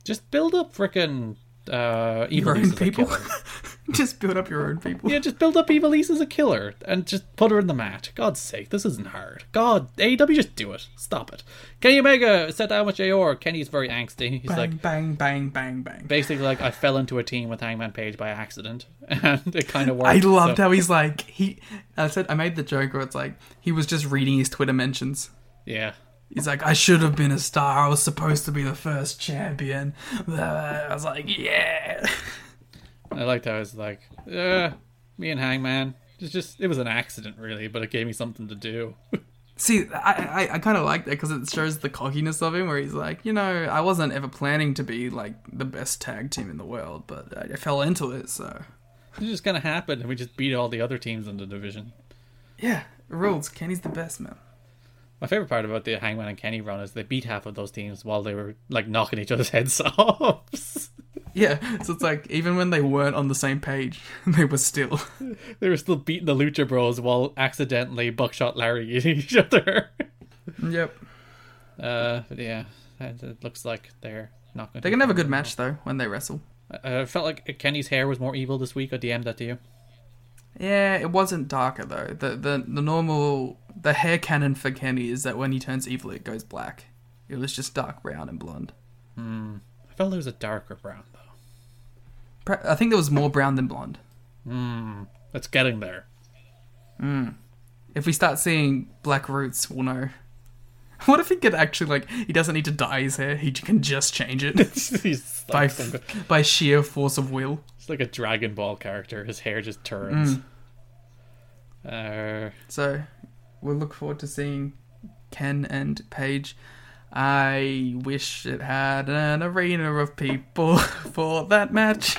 Speaker 3: Just build up frickin' uh, Eva
Speaker 4: Your
Speaker 3: Lise as
Speaker 4: own
Speaker 3: a
Speaker 4: people.
Speaker 3: killer.
Speaker 4: Just build up your own people.
Speaker 3: Yeah, just build up Eva Lise as a killer and just put her in the match. God's sake, this isn't hard. God, AEW, just do it. Stop it. Kenny Omega sat down with JR. Kenny's very angsty. He's
Speaker 4: Bang,
Speaker 3: like,
Speaker 4: bang, bang, bang, bang.
Speaker 3: basically, like, I fell into a team with Hangman Page by accident, and it kind of worked.
Speaker 4: I loved
Speaker 3: so-
Speaker 4: how he's like he. I said I made the joke where it's like he was just reading his Twitter mentions.
Speaker 3: Yeah.
Speaker 4: He's like, I should have been a star. I was supposed to be the first champion. I was like, yeah.
Speaker 3: I liked how I was like, uh, me and Hangman. It's just, it was an accident, really, but it gave me something to do.
Speaker 4: See, I I, I kind of like that because it shows the cockiness of him, where he's like, you know, I wasn't ever planning to be like the best tag team in the world, but I, I fell into it. So
Speaker 3: it just kind of happened, and we just beat all the other teams in the division.
Speaker 4: yeah, it rules. Kenny's the best man.
Speaker 3: My favorite part about the Hangman and Kenny run is they beat half of those teams while they were like knocking each other's heads off.
Speaker 4: Yeah, so it's like even when they weren't on the same page, they were still.
Speaker 3: they were still beating the Lucha Bros while accidentally Buckshot Larry at each other.
Speaker 4: yep.
Speaker 3: Uh, but yeah, and it looks like they're not going.
Speaker 4: They're gonna have a good match though when they wrestle.
Speaker 3: Uh, it felt like Kenny's hair was more evil this week. I DM'd that to you.
Speaker 4: Yeah, it wasn't darker though. The the the normal the hair canon for Kenny is that when he turns evil, it goes black. It was just dark brown and blonde.
Speaker 3: I felt it was a darker brown though.
Speaker 4: Pre- I think there was more brown than blonde.
Speaker 3: It's getting there.
Speaker 4: If we start seeing black roots, we'll know. What if he could actually like he doesn't need to dye his hair? He can just change it
Speaker 3: He's
Speaker 4: by
Speaker 3: like, some,
Speaker 4: f- by sheer force of will.
Speaker 3: it's like a Dragon Ball character. His hair just turns. Uh,
Speaker 4: So we'll look forward to seeing Ken and Paige. I wish it had an arena of people for that match.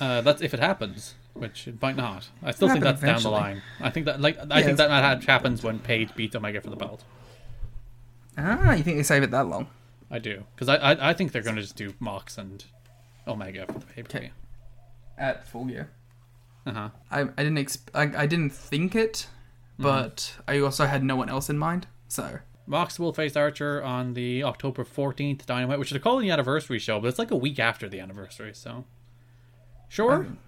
Speaker 3: Uh, that's if it happens, which it might not. I still
Speaker 4: It'll
Speaker 3: think
Speaker 4: happen
Speaker 3: that's down the
Speaker 4: eventually.
Speaker 3: line. I think that like I think
Speaker 4: it's-
Speaker 3: that match happens when Paige beats Omega for the belt.
Speaker 4: Ah, you think they save it that long?
Speaker 3: I do because I, I I think they're going to just do Mox and Omega for the pay per view.
Speaker 4: Okay. At full gear.
Speaker 3: Uh huh.
Speaker 4: I, I didn't exp- I, I didn't think it,
Speaker 3: Mm-hmm.
Speaker 4: but I also had no one else in mind. So
Speaker 3: Mox will face Archer on the October fourteenth Dynamite, which they're calling the anniversary show, but it's like a week after the anniversary. So, sure.
Speaker 4: Um,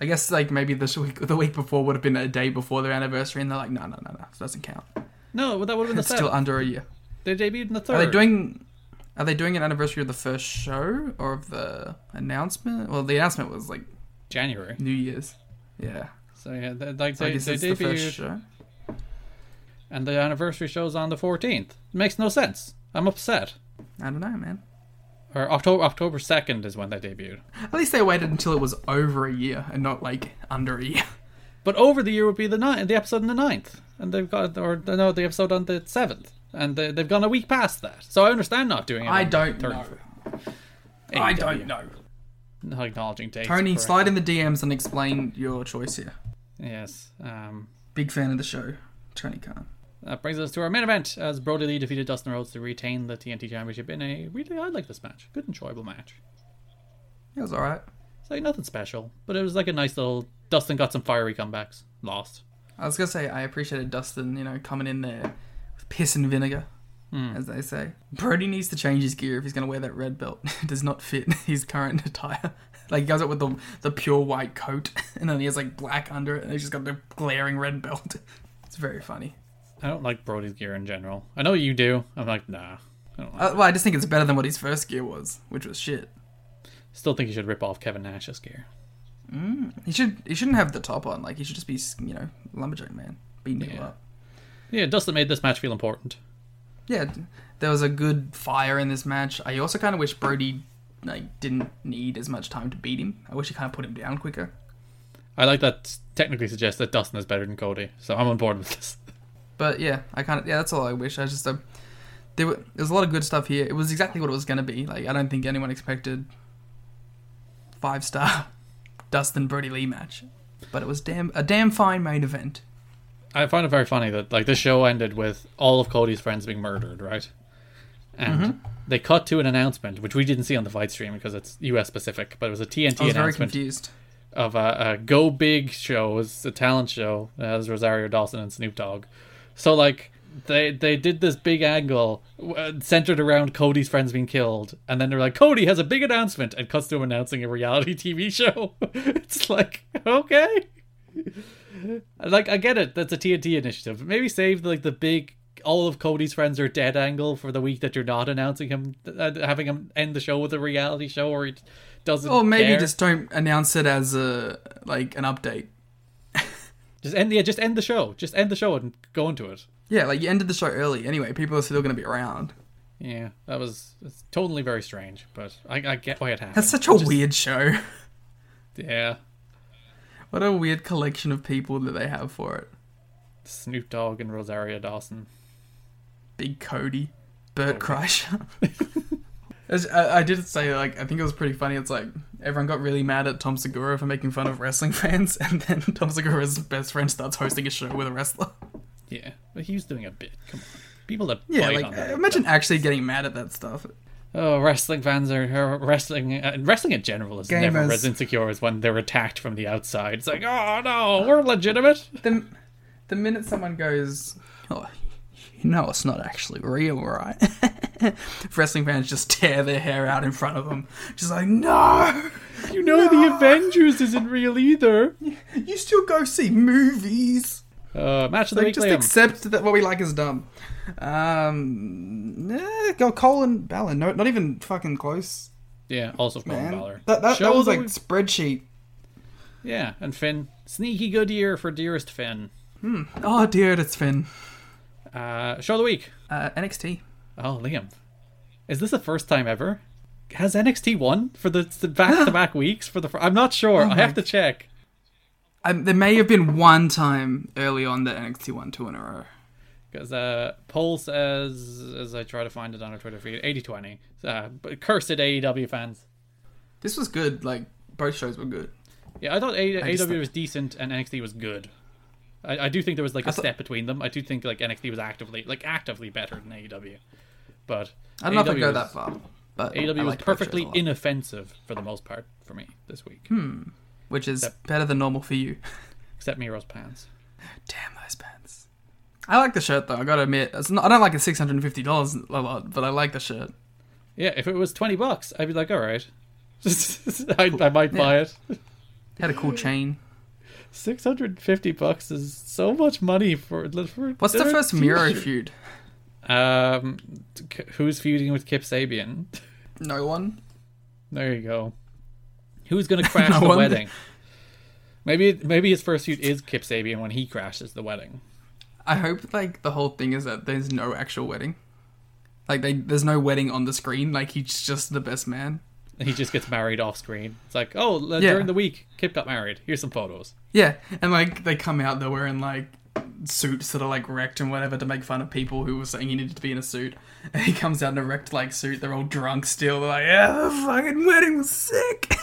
Speaker 4: I guess like maybe this week, the week before would have been a day before their anniversary, and they're like, no, no, no, no, it doesn't count.
Speaker 3: no, but that would have been the
Speaker 4: It's still
Speaker 3: seventh.
Speaker 4: under a year.
Speaker 3: they debuted in the third.
Speaker 4: Are they doing? Are they doing an anniversary of the first show or of the announcement? Well, the announcement was like
Speaker 3: January?
Speaker 4: New Year's. Yeah,
Speaker 3: So yeah, they, like
Speaker 4: I
Speaker 3: they,
Speaker 4: guess
Speaker 3: they
Speaker 4: it's the first
Speaker 3: debuted,
Speaker 4: show.
Speaker 3: and the anniversary show's on the fourteenth. Makes no sense. I'm upset.
Speaker 4: I don't know, man.
Speaker 3: or October October second is when they debuted.
Speaker 4: At least they waited until it was over a year and not like under a year.
Speaker 3: But over the year would be the ninth, the episode on the 9th. and they've got or no, the episode on the seventh, and they, they've gone a week past that. So I understand not doing it.
Speaker 4: I
Speaker 3: on the
Speaker 4: don't
Speaker 3: 30th.
Speaker 4: know. I
Speaker 3: AEW.
Speaker 4: don't know.
Speaker 3: Not acknowledging dates.
Speaker 4: Tony,
Speaker 3: correct.
Speaker 4: slide in the DMs and explain your choice here.
Speaker 3: Yes. Um,
Speaker 4: Big fan of the show, Tony Khan.
Speaker 3: that brings us to our main event as Brody Lee defeated Dustin Rhodes to retain the TNT Championship in a really I like this match. Good enjoyable match.
Speaker 4: It was alright.
Speaker 3: It's like nothing special, but it was like a nice little. Dustin got some fiery comebacks. Lost.
Speaker 4: I was gonna say I appreciated Dustin, you know, coming in there with piss and vinegar, as they say. Brody needs to change his gear if he's gonna wear that red belt. It does not fit his current attire. Like he goes up with the the pure white coat, and then he has like black under it, and he's just got the glaring red belt. It's very funny.
Speaker 3: I don't like Brody's gear in general. I know you do. I'm like nah. I don't like
Speaker 4: Uh, well, I just think it's better than what his first gear was, which was shit.
Speaker 3: Still think he should rip off Kevin Nash's gear.
Speaker 4: He should he shouldn't have the top on. Like he should just be you know lumberjack man, beating people
Speaker 3: Yeah.
Speaker 4: up.
Speaker 3: Yeah, Dustin made this match feel important.
Speaker 4: yeah, d- there was a good fire in this match. I also kind of wish Brody like didn't need as much time to beat him. I wish he kind of put him down quicker.
Speaker 3: I like that technically suggests that Dustin is better than Cody, so I'm on board with this.
Speaker 4: But yeah, I kind of yeah, that's all I wish. I just uh, there, were, there was a lot of good stuff here. It was exactly what it was gonna be. Like I don't think anyone expected five star Dustin Brody Lee match. But it was damn a damn fine main event.
Speaker 3: I find it very funny that like this show ended with all of Cody's friends being murdered, right? And
Speaker 4: Mm-hmm.
Speaker 3: they cut to an announcement which we didn't see on the fight stream because it's U.S. specific, but it was a TNT
Speaker 4: I was very
Speaker 3: announcement
Speaker 4: confused.
Speaker 3: of a, a Go Big show. It's a talent show that has Rosario Dawson and Snoop Dogg. So like they they did this big angle uh, centered around Cody's friends being killed, and then they're like, Cody has a big announcement, and cuts to him announcing a reality TV show. it's like okay, like I get it. That's a TNT initiative. Maybe save like the big. All of Cody's friends are dead angle for the week that you're not announcing him, uh, having him end the show with a reality show, or he doesn't.
Speaker 4: Or maybe
Speaker 3: care.
Speaker 4: just don't announce it as a like an update.
Speaker 3: Just end, yeah, just end the show. Just end the show and go into it.
Speaker 4: Yeah, like you ended the show early anyway. People are still going to be around.
Speaker 3: Yeah, that was it's totally very strange, but I, I get why it happened.
Speaker 4: That's such a weird show.
Speaker 3: yeah.
Speaker 4: what a weird collection of people that they have for it.
Speaker 3: Snoop Dogg and Rosaria Dawson.
Speaker 4: Big Cody,
Speaker 3: Oh.
Speaker 4: Bert Kreischer. As- I, I did say like I think it was pretty funny. It's like everyone got really mad at Tom Segura for making fun of wrestling fans, and then Tom Segura's best friend starts hosting a show with a wrestler.
Speaker 3: Yeah, but he was doing a bit. Come on, people that
Speaker 4: Yeah,
Speaker 3: bite
Speaker 4: like
Speaker 3: on that.
Speaker 4: imagine actually getting mad at that stuff.
Speaker 3: Oh, wrestling fans are, are wrestling. Uh, wrestling in general is never
Speaker 4: Gamers.
Speaker 3: as insecure as when they're attacked from the outside. It's like, oh no, we're legitimate.
Speaker 4: The the minute someone goes, oh, you know, it's not actually real, right? Wrestling fans just tear their hair out in front of them, just like, no,
Speaker 3: You know, the Avengers isn't real either.
Speaker 4: you still go see movies.
Speaker 3: Uh, match of the
Speaker 4: Like,
Speaker 3: week,
Speaker 4: just
Speaker 3: Liam.
Speaker 4: accept that what we like is dumb. Um, eh, go Cole and Balor. No, not even fucking close,
Speaker 3: yeah, also from
Speaker 4: man.
Speaker 3: Balor.
Speaker 4: That, that,
Speaker 3: Show
Speaker 4: that was
Speaker 3: the
Speaker 4: like
Speaker 3: week.
Speaker 4: spreadsheet.
Speaker 3: Yeah, and Finn. Sneaky good ear for dearest Finn.
Speaker 4: Oh dear, it's Finn.
Speaker 3: Uh, show of the week.
Speaker 4: Uh, NXT.
Speaker 3: Oh, Liam. Is this the first time ever? Has NXT won for the the back to back weeks? For the fir- I'm not sure.
Speaker 4: Oh
Speaker 3: I have to check.
Speaker 4: Um, there may have been one time early on that NXT won two in a row.
Speaker 3: Because uh, poll says, as I try to find it on our Twitter feed, 80 20. Uh, but cursed AEW fans.
Speaker 4: This was good. Like both shows were good.
Speaker 3: Yeah, I thought A-
Speaker 4: I just
Speaker 3: AEW
Speaker 4: thought-
Speaker 3: was decent and NXT was good. I, I do think there was like a
Speaker 4: thought-
Speaker 3: step between them. I do think like NXT was actively like actively better than AEW. But
Speaker 4: I don't know if I
Speaker 3: AEW
Speaker 4: go
Speaker 3: was-
Speaker 4: that far, but
Speaker 3: AEW
Speaker 4: I
Speaker 3: was
Speaker 4: like both shows
Speaker 3: perfectly
Speaker 4: a lot,
Speaker 3: inoffensive for the most part for me this week,
Speaker 4: Hmm. which is better than normal for you.
Speaker 3: except Miro's pants.
Speaker 4: Damn those pants. I like the shirt though. I gotta admit, it's not, I don't like the six hundred and fifty dollars a lot, but I like the shirt.
Speaker 3: Yeah, if it was twenty bucks, I'd be like, all right, I, I might buy it.
Speaker 4: had a cool chain.
Speaker 3: Six hundred and fifty bucks is so much money for. for
Speaker 4: What's the first Miro feud?
Speaker 3: Um, K- who's feuding with Kip Sabian?
Speaker 4: No one.
Speaker 3: There you go. Who's gonna crash
Speaker 4: No
Speaker 3: the
Speaker 4: one.
Speaker 3: wedding? Maybe maybe his first feud is Kip Sabian when he crashes the wedding.
Speaker 4: I hope like the whole thing is that there's no actual wedding. Like they, there's no wedding on the screen. Like he's just the best man.
Speaker 3: He just gets married off screen. It's like, oh, l-
Speaker 4: Yeah.
Speaker 3: during the week, Kip got married. Here's some photos.
Speaker 4: Yeah, and like they come out, they're wearing like suits that are like wrecked and whatever to make fun of people who were saying he needed to be in a suit. And he comes out in a wrecked like suit. They're all drunk still. They're like, yeah, the fucking wedding was sick.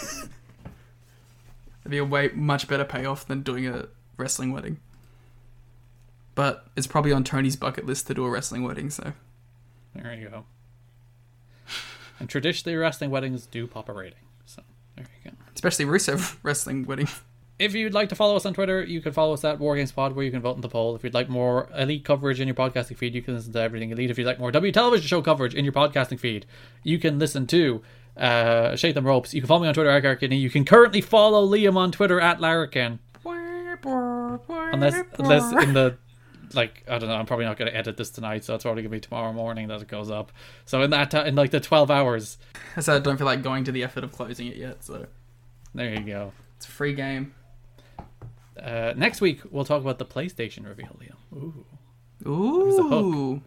Speaker 4: It'd be a way much better payoff than doing a wrestling wedding. But it's probably on Tony's bucket list to do a wrestling wedding, so.
Speaker 3: There you go. And traditionally, wrestling weddings do pop a rating. So there you go.
Speaker 4: Especially Rusev wrestling wedding.
Speaker 3: If you'd like to follow us on Twitter, you can follow us at War Games Pod, where you can vote in the poll. If you'd like more Elite coverage in your podcasting feed, you can listen to Everything Elite. If you'd like more W Television Show coverage in your podcasting feed, you can listen to uh, Shake Them Ropes. You can follow me on Twitter at Garkidney. You can currently follow Liam on Twitter at Larrikin. Unless, unless in the like I don't know, I'm probably not going to edit this tonight, so it's probably going to be tomorrow morning that it goes up. So in that time, in like the 12 hours,
Speaker 4: So I don't feel like going to the effort of closing it yet, so.
Speaker 3: there you go.
Speaker 4: It's a free game.
Speaker 3: Uh, next week we'll talk about the PlayStation reveal, Liam. a hook.
Speaker 4: Ooh.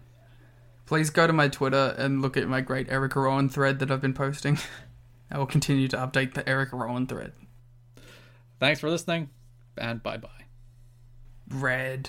Speaker 4: Please go to my Twitter and look at my great Eric Rowan thread that I've been posting. I will continue to update the Eric Rowan thread.
Speaker 3: Thanks for listening, and bye bye.
Speaker 4: Red.